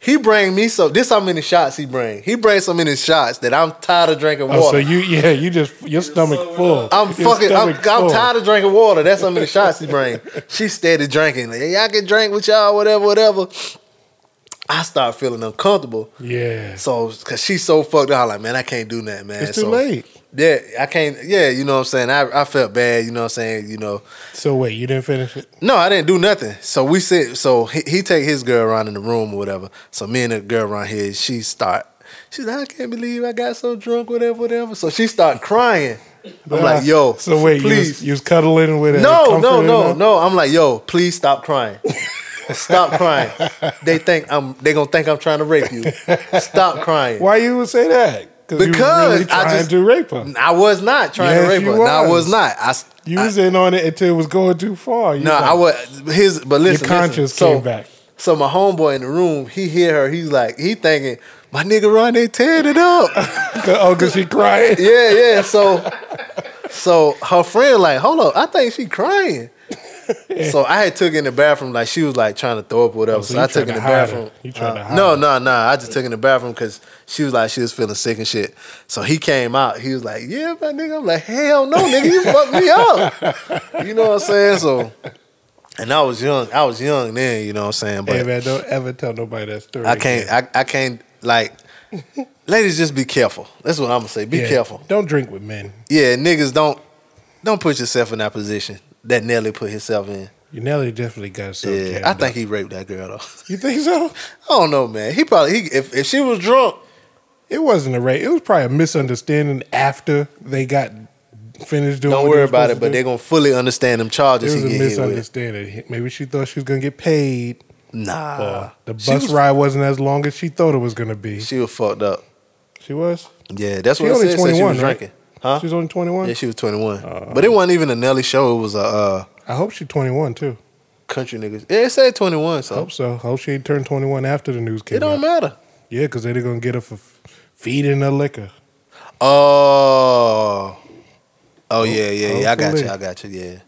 he bring me so this how many shots he bring. He bring so many shots that I'm tired of drinking water. Oh, so you yeah, you just your stomach full. I'm Your fucking. I'm, stomach I'm full. tired of drinking water. That's how many shots he bring. She steady drinking. Like, yeah, I can drink with y'all, whatever, whatever. I start feeling uncomfortable. Yeah, So, cause she's so fucked up, I'm like, man, I can't do nothing, man. it's too So, late. Yeah, I can't. Yeah, you know what I'm saying. I, I felt bad. You know what I'm saying. You know, So wait, you didn't finish it. No, I didn't do nothing. So we sit. So he, he take his girl around in the room or whatever. So me and the girl around here, she start. She's like, I can't believe I got so drunk, whatever, whatever. So she start crying. I'm like, yo, So wait, you please, was, you was cuddling with her. no, no, comforting no, her? no. I'm like, yo, please stop crying. stop crying. They think I'm. They gonna think I'm trying to rape you. Stop crying. Why you would say that? you was Because really I trying just- to rape her. I was not trying Yes, to rape you her. No, I was. was not. I. s- You I- was in on it until it was going too far. You no, like- I was his. But Your listen, listen. conscience So- came back. So my homeboy in the room, he hear her. He's like, he thinking, my nigga Ron, they tearing it up. Oh, cause she cried. yeah, yeah. So, so her friend like, hold up, I think she crying. So I had took her in the bathroom, like she was like trying to throw up or whatever. Oh, so so you I took tryna her in the hide her. bathroom. Uh, You tryna hide No, her. no, no. I just took her in the bathroom because she was like she was feeling sick and shit. So he came out. He was like, yeah, my nigga. I'm like, hell no, nigga, you fucked me up. You know what I'm saying? So, and I was young. I was young then. You know what I'm saying? But Hey man, don't ever tell nobody that story. I can't. again. I, I can't. Like, ladies, just be careful. That's what I'm gonna say. Be Yeah, careful. Don't drink with men. Yeah, niggas don't don't put yourself in that position that Nelly put himself in. You Nelly definitely got herself. Yeah, jammed I up. think he raped that girl though. You think so? I don't know, man. He probably he if, if she was drunk, It wasn't a rape. It was probably a misunderstanding after they got finished doing. don't what worry were about it. supposed But to they're do. gonna fully understand them charges It he was a get hit with. misunderstanding. Maybe she thought she was gonna get paid. Nah, or the She bus was- ride wasn't as long as she thought it was gonna be. She, She was fucked up. was. Yeah, that's She what only it said, said she 21, was right? Uh-huh. drinking. Huh? She was only twenty one. yeah, she was 21. but it wasn't even a Nelly show. It was a uh, I hope she's twenty one too. country niggas. Yeah, it said 21, I so hope so. I hope she ain't turned twenty one after the news came it don't out. matter. Oh, Yeah, because they're gonna get her for f- feeding her liquor. Oh. Oh yeah, yeah, yeah. I got you. hopefully. I got you. Yeah.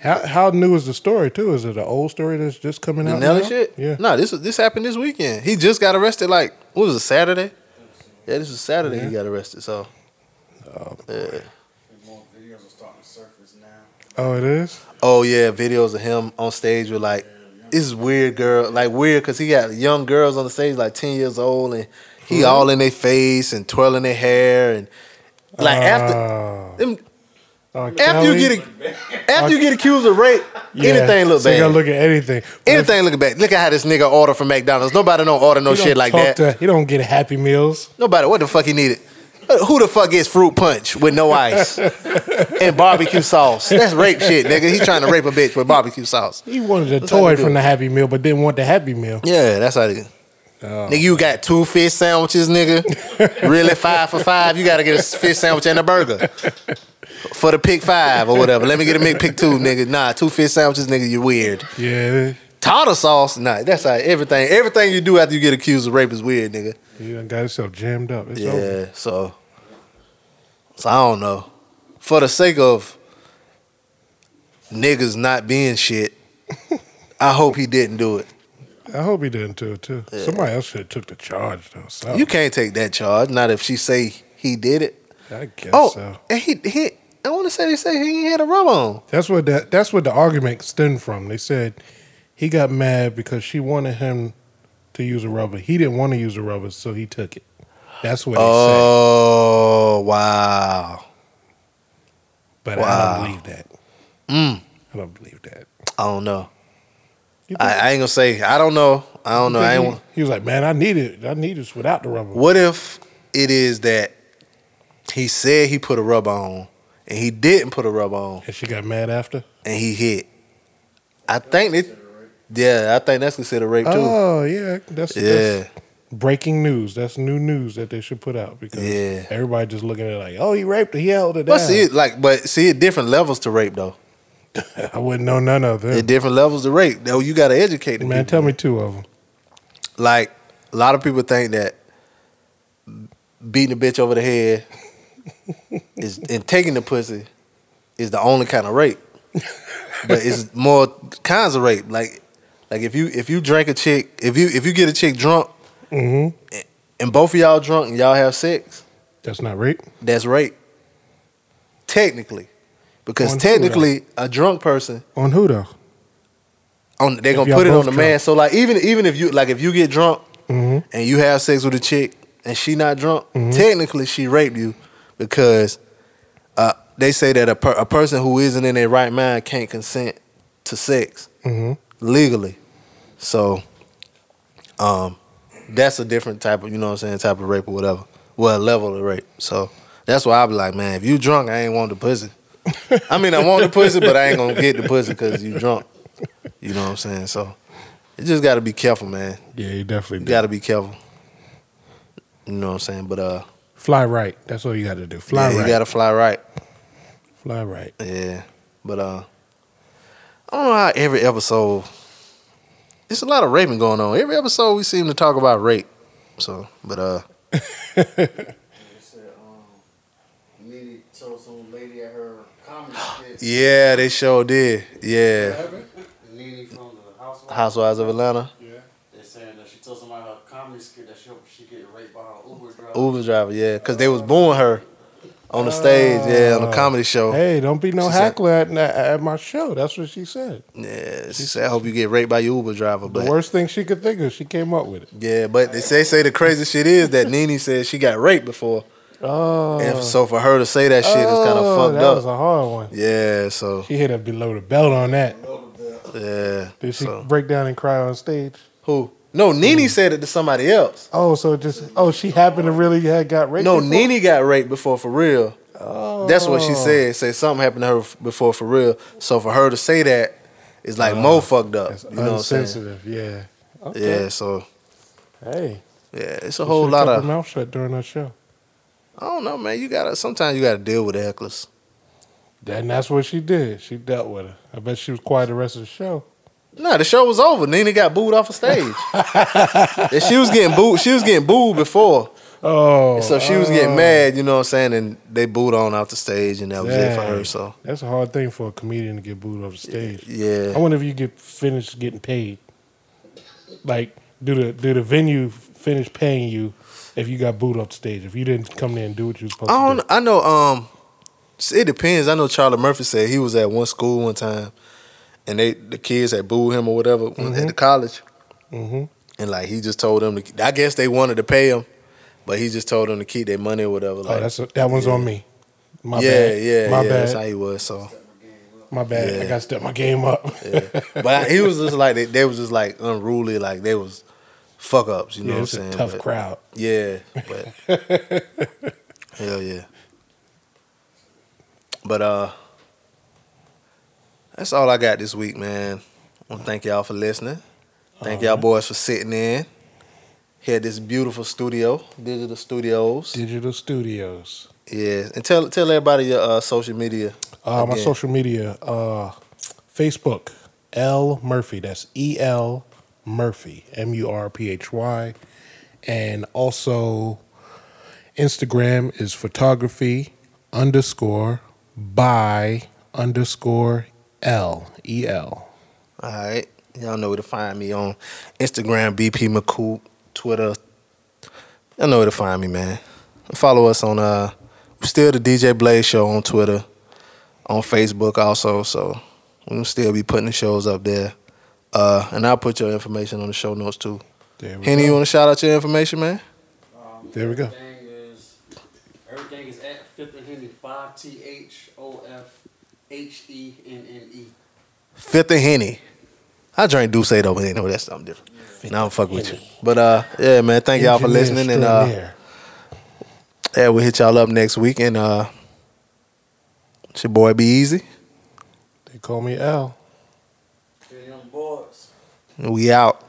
How how new is the story too? Is it an old story that's just coming The out? Nelly now? shit. Yeah. No, this this happened this weekend. He just got arrested. Like what was it Saturday? Yeah, this was Saturday. Yeah. He got arrested. So. Yeah. And more videos are starting to surface now. Oh, it is. Oh yeah, videos of him on stage with like this is weird girl, like weird because he got young girls on the stage like ten years old and He Mm-hmm. all in their face and twirling their hair and like after Oh. them, R. after you Uh, Kelly? get a, after you get accused of rape, Yeah. anything look So you bad. gotta look at anything. anything look bad. Look at how this nigga order from McDonald's. Nobody don't order no He don't shit like talk that. to- he don't get happy meals. Nobody. What the fuck he needed? Uh, Who the fuck gets fruit punch with no ice and barbecue sauce? That's rape shit, nigga. He's trying to rape a bitch with barbecue sauce. He wanted a how toy they do from it. the Happy Meal, but didn't want the Happy Meal. Oh, Yeah, that's how they. Nigga, you got two fish sandwiches, nigga. really, five for five. You got to get a fish sandwich and a burger for the pick five or whatever. Let me get a big pick two, nigga. Nah, two fish sandwiches, nigga. You weird. Yeah, Tartar sauce, nah. That's how everything. Everything you do after you get accused of rape is weird, nigga. you done got yourself jammed up. It's Yeah, over. so so I don't know. For the sake of niggas not being shit, I hope he didn't do it. I hope he didn't do it too. Somebody else should have took the charge though. So You can't take that charge, not if she say he did it. I guess Oh, so. and he he. I want to say they say he ain't had a rub on. That's what that, that's what the argument stemmed from. They said he got mad because she wanted him to use a rubber. He didn't want to use a rubber, so he took it. That's what they said. Oh wow! But I wow. don't believe that. Mm. I don't believe that. I don't know. You I, think- I ain't gonna say. I don't know. I don't know. I ain't. he, he was like, man, I need it. I need this without the rubber. What if it is that he said he put a rub on and he didn't put a rub on And she got mad after. and he hit? I think it. Yeah, I think that's considered rape too. Oh yeah, that's that's yeah, breaking news. That's new news that they should put out because Yeah. everybody just looking at it like, oh, he raped her, he held it down. but see, it like, but see, it different levels to rape though. I wouldn't know none of It them. different levels to rape. Though you gotta educate them. Man, tell me two of them. Like a lot of people think that beating a bitch over the head is and taking the pussy is the only kind of rape. But it's more kinds of rape. Like like if you if you drink a chick, if you if you get a chick drunk hmm Mm-hmm. and both of y'all drunk and y'all have sex, That's not rape. that's rape. Technically. Because On who, technically a drunk person On who though? on they're If gonna y'all put it both on the man. drunk. So like even even if you like if you get drunk hmm and you have sex with a chick and she not drunk, technically she raped you because uh, they say that a, per- a person who isn't in their right mind can't consent to sex hmm legally. So um, that's a different type of, you know what I'm saying, type of rape or whatever. Well, level of rape. So that's why I be like, man, if you drunk, I ain't want the pussy. Mm-hmm. I mean, I want the pussy, but I ain't gonna get the pussy because you drunk. You know what I'm saying? So you just gotta be careful, man. Yeah, you definitely You did. gotta be careful. You know what I'm saying? But uh fly right. That's all you got to do. Fly yeah, right. you gotta fly right. fly right. Yeah. But uh I don't know how every episode it's a lot of raping going on. Every episode we seem to talk about rape. So but uh They said, um, Nitty told some lady at her comedy skit. Yeah, they sure did. Yeah. Nene from the housewife. Housewives of Atlanta. They saying that she told somebody her comedy skit that she hope she get raped by her Uber driver. Uber driver, yeah. Cause they was booing her on the stage, yeah, Oh. on the comedy show. Hey, don't be no Oh. She said- hackler at, at my show. That's what she said. Yeah. She said, I hope you get raped by your Uber driver. The But worst thing she could think of, she came up with it. yeah, but they say say the crazy shit is that Nene said she got raped before. Oh, And so for her to say that shit is kind Oh, of fucked that up. was a hard one. yeah, so She hit her below the belt on that. yeah. Did she so- break down and cry on stage? who? No, Nene said it to somebody else. Oh, so it just oh, she happened to really had got raped. No, before? Nene got raped before for real. Oh. That's what she said. Say something happened to her f- before for real. So for her to say that is like mo fucked up. Ah. That's You know what I'm saying? unsensitive. Yeah. Yeah, so Hey. yeah, it's a she whole should've lot kept of her mouth shut during her show. I don't know, man. You gotta sometimes you gotta deal with the hecklers. And that's what she did. She dealt with her. I bet she was quiet the rest of the show. Nah, the show was over. Nene got booed off the stage. and she was getting booed. She was getting booed before. Oh, So she was oh. getting mad, you know what I'm saying, and they booed on off the stage, and that was it for her. Dang. So uh, That's a hard thing for a comedian to get booed off the stage. I yeah, wonder if you get finished getting paid. Like, do the do the venue finish paying you if you got booed off the stage? If you didn't come there and do what you was supposed I to don't. I know. Um, it depends. I know Charlie Murphy said he was at one school one time, and they the kids had booed him or whatever when- at the college, do. Mm-hmm. and like he just told them. To, I guess they wanted to pay him, But he just told them to keep their money or whatever. Like, oh, that's a, that one's on me. My yeah, bad. yeah, my yeah. That's how bad. he was. So, My bad. Yeah. I got to step my game up. yeah. but he was just like they, they was just like unruly. Like they was fuck ups. You know Yeah, what I'm it's saying? a tough But- crowd. Yeah, but hell yeah. But uh, that's all I got this week, man. I want to thank y'all for listening. Thank y'all boys for sitting in. Here at this beautiful studio, Digital Studios. Digital Studios. yeah, and tell tell everybody your uh, social media. Uh, my Again. social media, uh, Facebook, L Murphy. That's E L Murphy, M U R P H Y, and also Instagram is photography underscore by underscore L E L. All right, y'all know where to find me on Instagram, BP McCool, Twitter. Y'all know where to find me, man. Follow us on uh, still the DJ Blaze Show on Twitter, on Facebook also. So we'll still be putting the shows up there, uh, and I'll put your information on the show notes too. There we Henny, you go. want to shout out your information, man? Um, There we go. Everything is, everything is at Fifth and Henny, 5 T H O F H E N N E. Fifth and Henny. I drank Douce though, but you know that's something different. And I don't fuck with you. But uh, yeah, man, thank y'all for Engineer listening, and uh, extraordinaire. Yeah, we'll hit y'all up next week and uh it's your boy be easy. they call me L. Get on boards. We out.